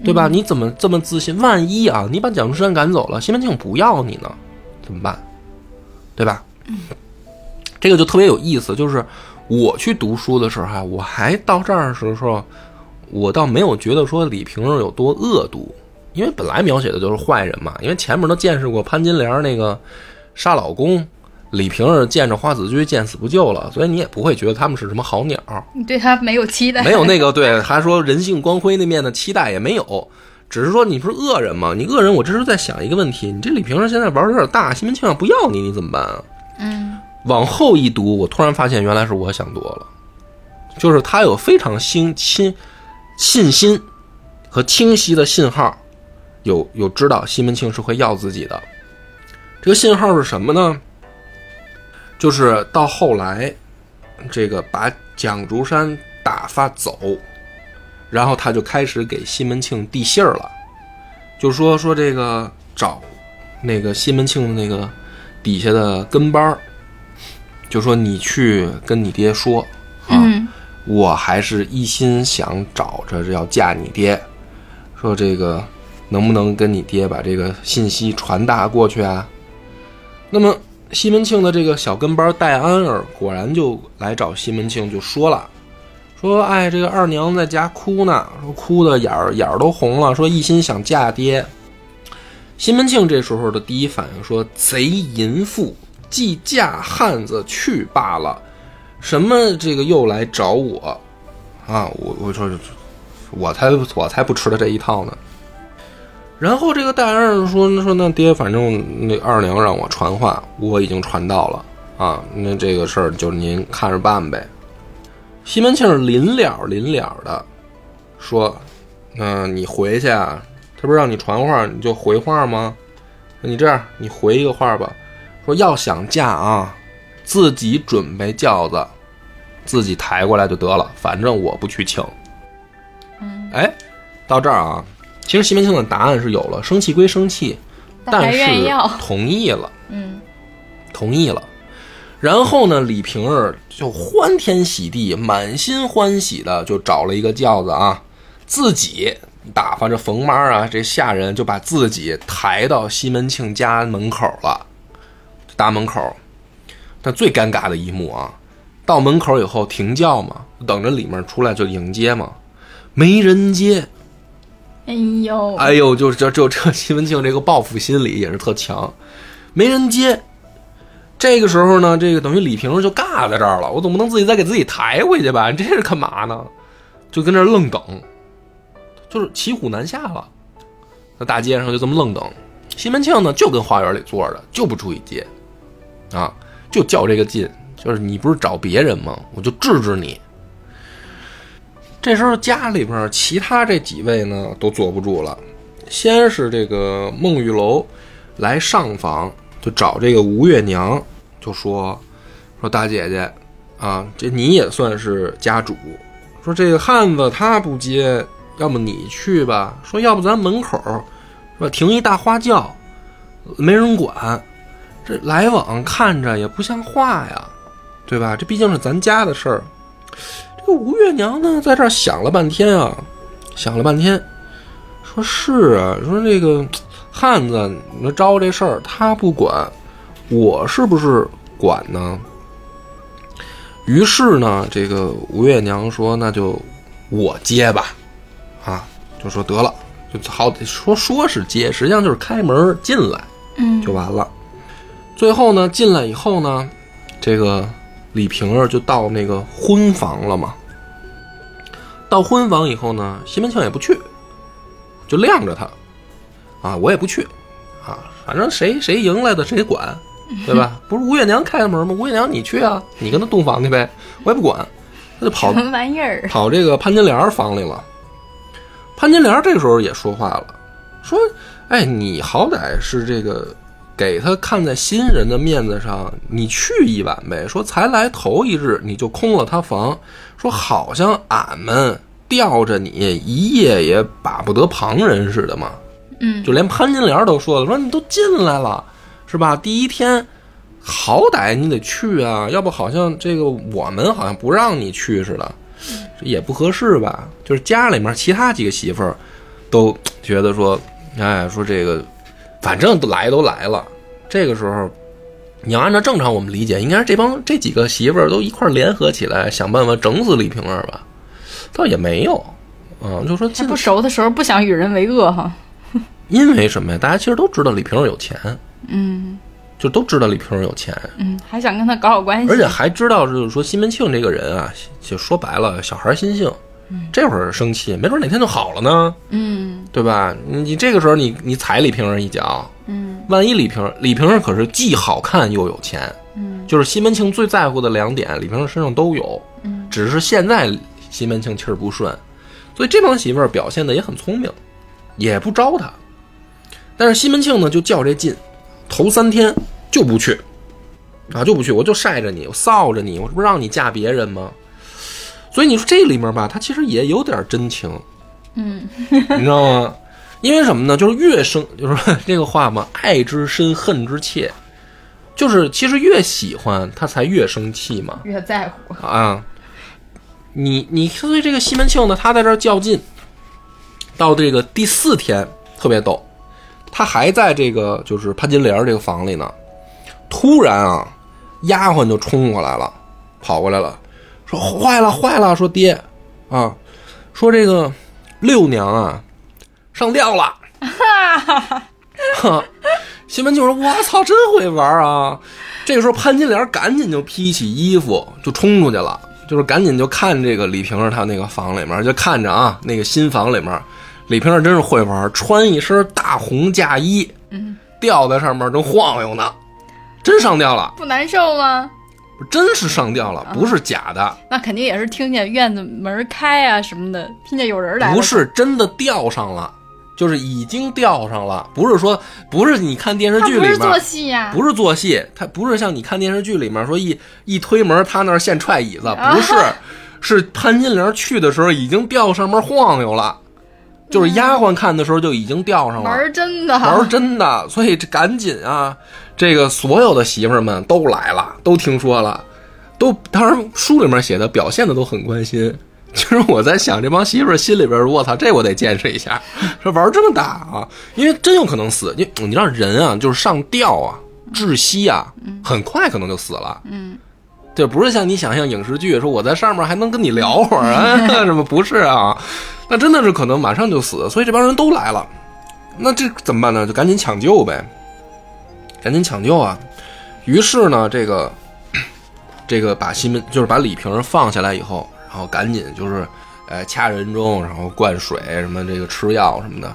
Speaker 3: 对吧？你怎么这么自信？万一啊，你把蒋竹山赶走了，西门庆不要你呢，怎么办？对吧？这个就特别有意思，就是我去读书的时候啊，我还到这儿的时候，我倒没有觉得说李瓶儿有多恶毒，因为本来描写的就是坏人嘛，因为前面都见识过潘金莲儿那个杀老公，李瓶儿见着花子虚见死不救了，所以你也不会觉得他们是什么好鸟儿，
Speaker 2: 你对他没有期待？
Speaker 3: 没有那个对还说人性光辉那面的期待也没有，只是说你不是恶人嘛，你恶人，我这时候在想一个问题，你这李瓶儿现在玩的有点大，西门庆要不要你，你怎么办啊？
Speaker 2: 嗯
Speaker 3: 往后一读，我突然发现原来是我想多了，就是他有非常清清信心和清晰的信号，有有知道西门庆是会要自己的。这个信号是什么呢？就是到后来，这个把蒋竹山打发走，然后他就开始给西门庆递信儿了，就说说这个找那个西门庆的那个底下的跟班儿，就说你去跟你爹说啊，
Speaker 2: 嗯
Speaker 3: 我还是一心想找着要嫁你爹，说这个能不能跟你爹把这个信息传达过去啊？那么西门庆的这个小跟班戴安儿果然就来找西门庆，就说了。说，哎，这个二娘在家哭呢，说哭的眼儿眼儿都红了，说一心想嫁爹。西门庆这时候的第一反应说：“贼淫妇，既嫁汉子去罢了，什么这个又来找我，啊，我我说，我才我才不吃他这一套呢。然后这个大二说说那爹，反正那二娘让我传话，我已经传到了啊，那这个事儿就您看着办呗。西门庆儿临了临了的说，那你回去啊，他不是让你传话，你就回话吗？你这样，你回一个话吧，说要想嫁啊，自己准备轿子，自己抬过来就得了，反正我不去请。
Speaker 2: 嗯，
Speaker 3: 哎，到这儿啊，其实西门庆的答案是有了，生气归生气，
Speaker 2: 但还
Speaker 3: 但
Speaker 2: 愿意
Speaker 3: 是
Speaker 2: 要
Speaker 3: 同意了，
Speaker 2: (laughs) 嗯，
Speaker 3: 同意了。然后呢，李瓶儿就欢天喜地、满心欢喜的就找了一个轿子啊，自己打发着冯妈啊这下人就把自己抬到西门庆家门口了，大门口。但最尴尬的一幕啊，到门口以后停轿嘛，等着里面出来就迎接嘛，没人接。
Speaker 2: 哎呦，
Speaker 3: 哎呦，就这就这西门庆这个报复心理也是特强，没人接。这个时候呢，这个等于李瓶儿就尬在这儿了，我总不能自己再给自己抬回去吧？你这是干嘛呢？就跟这儿愣等，就是骑虎难下了，在大街上就这么愣等。西门庆呢，就跟花园里坐着，就不出去接，啊，就较这个劲，就是你不是找别人吗？我就治治你。这时候家里边儿其他这几位呢都坐不住了，先是这个孟玉楼来上访，就找这个吴月娘，就说说大姐姐啊，这你也算是家主，说这个汉子他不接，要么你去吧，说要不咱门口儿是吧停一大花轿，没人管，这来往哎看着也不像话呀，对吧？这毕竟是咱家的事儿，这个吴月娘呢，在这儿想了半天啊，想了半天，说是啊，说这个汉子那招这事儿他不管，我是不是管呢？于是呢，这个吴月娘说：“那就我接吧。”啊，就说得了，就好说说是接，实际上就是开门进来。
Speaker 2: 嗯
Speaker 3: 就完了。最后呢，进来以后呢，这个李瓶儿就到那个婚房了嘛。到婚房以后呢，西门庆也不去，就晾着他，啊，我也不去，啊，反正谁谁赢来的谁管，对吧？不是吴月娘开的门吗？吴月娘你去啊，你跟他洞房去呗，我也不管，他就跑
Speaker 2: 什么玩意儿？
Speaker 3: 跑这个潘金莲儿房里了。潘金莲儿这时候也说话了，说：“哎，你好歹是这个给他看在新人的面子上，你去一晚呗。说才来头一日你就空了他房，说好像俺们吊着你一夜也把不得旁人似的嘛。
Speaker 2: 嗯
Speaker 3: 就连潘金莲都说了，说你都进来了，是吧？第一天，好歹你得去啊，要不好像这个我们好像不让你去似的，这也不合适吧？就是家里面其他几个媳妇儿都觉得说，哎，说这个反正都来都来了，这个时候。你要按照正常我们理解，应该是这帮这几个媳妇儿都一块儿联合起来，想办法整死李瓶儿吧，倒也没有，嗯，就说
Speaker 2: 他
Speaker 3: 进
Speaker 2: 不熟的时候不想与人为恶哈。
Speaker 3: 因为什么呀？大家其实都知道李瓶儿有钱，
Speaker 2: 嗯
Speaker 3: 就都知道李瓶儿有钱，
Speaker 2: 嗯，还想跟他搞好关系。
Speaker 3: 而且还知道就是说西门庆这个人啊，就说白了，小孩心性，这会儿生气，没准哪天就好了呢，
Speaker 2: 嗯
Speaker 3: 对吧？你这个时候你你踩李瓶儿一脚，
Speaker 2: 嗯
Speaker 3: 万一李瓶儿李瓶儿可是既好看又有钱，
Speaker 2: 嗯
Speaker 3: 就是西门庆最在乎的两点，李瓶儿身上都有，
Speaker 2: 嗯
Speaker 3: 只是现在西门庆气儿不顺，所以这帮媳妇儿表现的也很聪明，也不招他。但是西门庆呢，就较这劲，头三天就不去，啊就不去，我就晒着你，我臊着你，我这不是让你嫁别人吗？所以你说这里面吧，他其实也有点真情，
Speaker 2: 嗯
Speaker 3: 你知道吗？因为什么呢？就是越生，就是说这个话嘛，爱之深，恨之切，就是其实越喜欢他才越生气嘛。
Speaker 2: 越在乎。
Speaker 3: 啊，你你所以这个西门庆呢，他在这儿较劲，到这个第四天特别逗，他还在这个就是潘金莲儿这个房里呢，突然啊，丫鬟就冲过来了，跑过来了，说坏了坏了，说爹啊，说这个六娘啊上吊了，哈， (laughs) 西门庆说：“我操，真会玩啊！”这个时候，潘金莲赶紧就披起衣服就冲出去了，就是赶紧就看这个李瓶儿他那个房里面，就看着啊，那个新房里面，李瓶儿真是会玩，穿一身大红嫁衣，
Speaker 2: 嗯，
Speaker 3: 吊在上面正晃悠呢，真上吊了，
Speaker 2: 不难受吗？
Speaker 3: 真是上吊了，不是假的，
Speaker 2: 那肯定也是听见院子门开啊什么的，听见有人来了。
Speaker 3: 不是真的吊上了，就是已经吊上了，不是说不是你看电视
Speaker 2: 他
Speaker 3: 剧
Speaker 2: 不
Speaker 3: 里
Speaker 2: 是
Speaker 3: 面
Speaker 2: 做戏呀、
Speaker 3: 不是做戏，他不是像你看电视剧里面说一一推门，他那儿现踹椅子，不是，是潘金莲去的时候已经吊上面晃悠了，就是丫鬟看的时候就已经吊上了，
Speaker 2: 玩儿真的，
Speaker 3: 玩儿真的，所以这赶紧啊，这个所有的媳妇儿们都来了，都听说了，都当然书里面写的表现的都很关心。 (laughs) 其实我在想，这帮媳妇儿心里边儿，我操，这我得见识一下，说玩儿这么大啊，因为真有可能死。你你让人啊，就是上吊啊、窒息啊，很快可能就死
Speaker 2: (laughs)
Speaker 3: 了。
Speaker 2: 嗯，
Speaker 3: 这不是像你想象影视剧说我在上面还能跟你聊会儿啊，什么不是啊？那真的是可能马上就死，所以这帮人都来了。那这怎么办呢？就赶紧抢救呗，赶紧抢救啊！于是呢，这个 (coughs) 这个把西门就是把李瓶儿放下来以后，然后赶紧就是呃掐人中，然后灌水什么这个吃药什么的，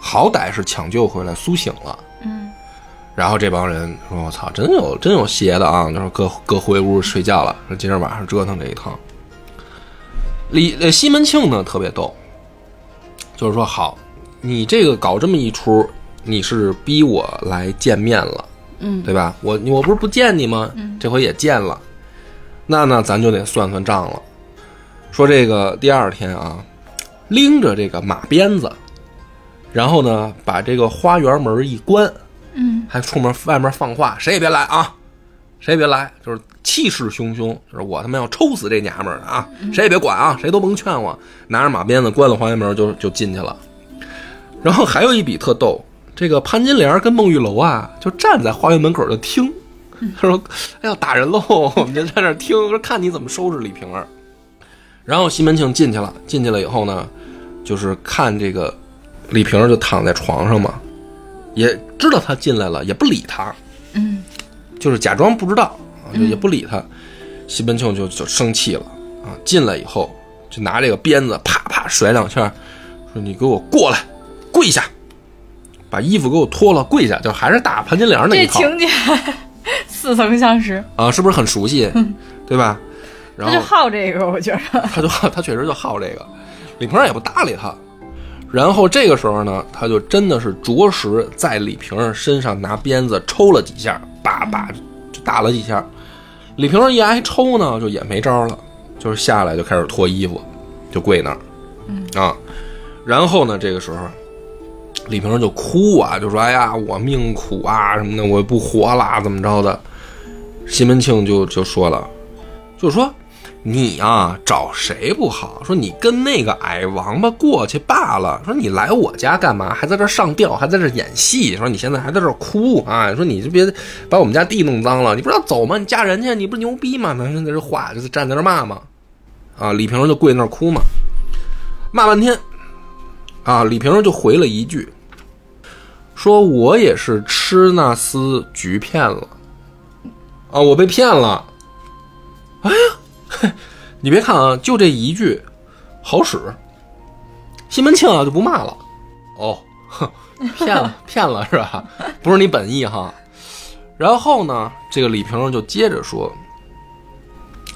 Speaker 3: 好歹是抢救回来苏醒了。
Speaker 2: 嗯，
Speaker 3: 然后这帮人说：“我操，真有真有邪的啊！”就是各各回屋睡觉了，说今儿晚上折腾这一趟。李呃西门庆呢特别逗，就是说好，你这个搞这么一出，你是逼我来见面了，
Speaker 2: 嗯，
Speaker 3: 对吧？我我不是不见你吗？这回也见了，那那咱就得算算账了。说这个第二天啊，拎着这个马鞭子，然后呢把这个花园门一关，
Speaker 2: 嗯，
Speaker 3: 还出门外面放话，谁也别来啊，谁也别来，就是气势汹汹，就是我他妈要抽死这娘们儿啊，
Speaker 2: 嗯
Speaker 3: 谁也别管啊，谁都甭劝我，拿着马鞭子关了花园门就就进去了。然后还有一笔特逗，这个潘金莲跟孟玉楼啊，就站在花园门口就听，他说：“哎呦，打人喽！”我们就在那儿听，说看你怎么收拾李瓶儿。然后西门庆进去了，进去了以后呢，就是看这个李瓶儿就躺在床上嘛，也知道他进来了，也不理他，
Speaker 2: 嗯，
Speaker 3: 就是假装不知道，啊就也不理他。西门庆就就生气了啊，进来以后就拿这个鞭子啪啪甩两下，说：“你给我过来，跪下，把衣服给我脱了，跪下。”就还是打潘金莲那
Speaker 2: 这
Speaker 3: 一套
Speaker 2: 情节 (laughs) 似曾相识，
Speaker 3: 啊，是不是很熟悉？对吧？然
Speaker 2: 嗯他
Speaker 3: 后
Speaker 2: 就好这个，我觉得，
Speaker 3: 他就 (laughs) 他确实就好这个，李瓶儿也不搭理他。然后这个时候呢，他就真的是着实在李瓶儿身上拿鞭子抽了几下，叭叭就打了几下。李瓶儿一挨抽呢，就也没招了，就是下来就开始脱衣服，就跪那儿，啊，然后呢，这个时候李瓶儿就哭啊，就说：“哎呀，我命苦啊，什么的，我不活啦，怎么着的？”西门庆就就说了，就说你啊，找谁不好？说你跟那个矮王八过去罢了。说你来我家干嘛？还在这儿上吊，还在这儿演戏。说你现在还在这儿哭啊？说你就别把我们家地弄脏了。你不是要走吗？你嫁人去，你不是牛逼吗？男生在这话就是站在这儿骂嘛。啊，李瓶儿就跪那儿哭嘛，骂半天。啊，李瓶儿就回了一句，说我也是吃那厮局骗了。啊，我被骗了。你别看啊，就这一句，好使。西门庆啊就不骂了，哦，哼，骗了骗了是吧？不是你本意哈。然后呢，这个李瓶儿就接着说，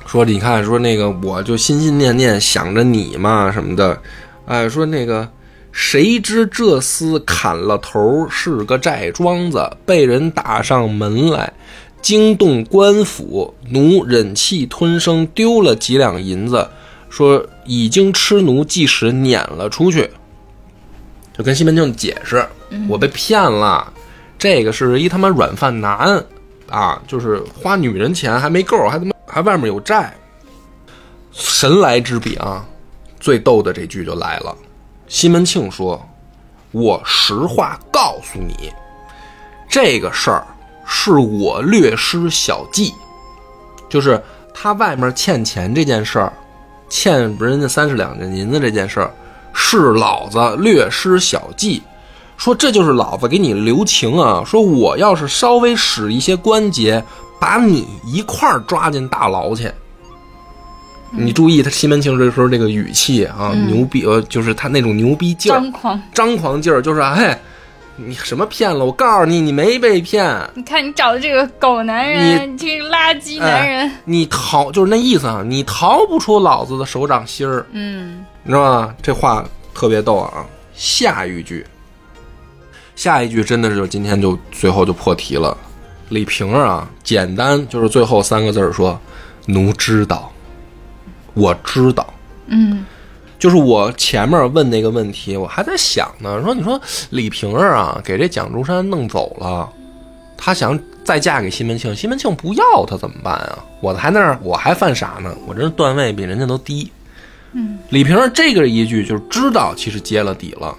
Speaker 3: 说你看，说那个我就心心念念想着你嘛什么的，哎，说那个谁知这厮砍了头是个寨庄子，被人打上门来，惊动官府，奴忍气吞声，丢了几两银子，说已经吃奴即使撵了出去，就跟西门庆解释，我被骗了，这个是一他妈软饭男啊，就是花女人钱还没够，还他妈还外面有债，神来之笔啊！最逗的这句就来了，西门庆说：“我实话告诉你，这个事儿是我略施小计，就是他外面欠钱这件事儿，欠人家三十两银子这件事儿，是老子略施小计。说这就是老子给你留情啊！说我要是稍微使一些关节，把你一块儿抓进大牢去。你注意他西门庆这时候这个语气啊，牛逼呃，就是他那种牛逼劲儿
Speaker 2: 张、狂。
Speaker 3: 张狂劲儿，就是哎，你什么骗了？我告诉你，你没被骗，
Speaker 2: 你看你找的这个狗男人，这个垃圾男人，
Speaker 3: 你逃就是那意思啊，你逃不出老子的手掌心儿。
Speaker 2: 嗯
Speaker 3: 你知道吗？这话特别逗啊！下一句，下一句真的是就今天就最后就破题了。李瓶儿啊，简单就是最后三个字儿说：“奴知道，我知道。
Speaker 2: 嗯”
Speaker 3: 就是我前面问那个问题，我还在想呢，说你说李瓶儿啊，给这蒋中山弄走了，她想再嫁给西门庆，西门庆不要她怎么办啊？我还那儿我还犯傻呢，我这段位比人家都低。
Speaker 2: 嗯
Speaker 3: 李瓶儿这个一句就是知道，其实揭了底了，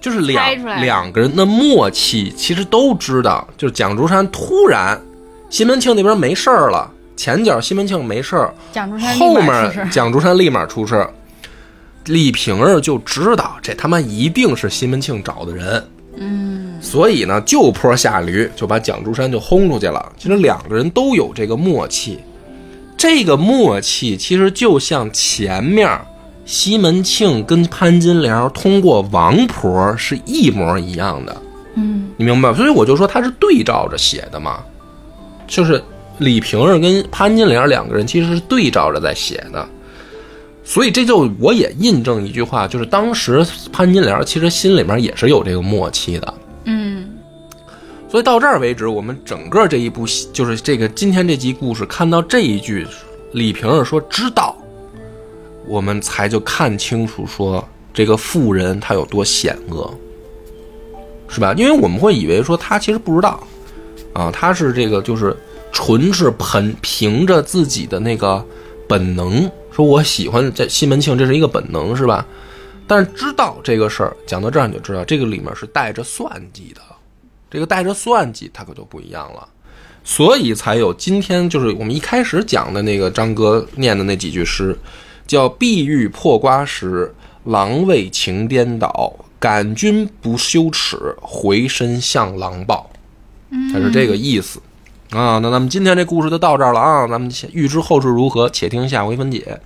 Speaker 3: 就是
Speaker 2: 猜出来
Speaker 3: 两
Speaker 2: 了
Speaker 3: 两个人的默契，其实都知道。就是蒋竹山突然，西门庆那边没事儿了，前脚西门庆没事儿，
Speaker 2: 蒋中山立
Speaker 3: 后
Speaker 2: 马出
Speaker 3: 面
Speaker 2: 事
Speaker 3: 蒋竹山立马出事，李瓶儿就知道这他妈一定是西门庆找的人，嗯，所以呢就坡下驴就把蒋竹山就轰出去了。其实两个人都有这个默契，这个默契其实就像前面西门庆跟潘金莲通过王婆是一模一样的，
Speaker 2: 嗯，
Speaker 3: 你明白吗？所以我就说他是对照着写的嘛，就是李瓶儿跟潘金莲两个人其实是对照着在写的，所以这就我也印证一句话，就是当时潘金莲其实心里面也是有这个默契的。
Speaker 2: 嗯
Speaker 3: 所以到这儿为止，我们整个这一部戏就是这个今天这集故事，看到这一句，李瓶儿说知道，我们才就看清楚说这个妇人她有多险恶，是吧？因为我们会以为说她其实不知道，啊，她是这个就是纯是凭凭着自己的那个本能，说我喜欢这西门庆，这是一个本能，是吧？但是知道这个事儿，讲到这儿你就知道，这个里面是带着算计的。这个带着算计，它可就不一样了。所以才有今天，就是我们一开始讲的那个张哥念的那几句诗，叫“碧玉破瓜时，郎为情颠倒；感君不羞耻，回身向狼报。”它是这个意思啊。那咱们今天这故事就到这儿了啊，咱们且预知后事如何，且听下回分解。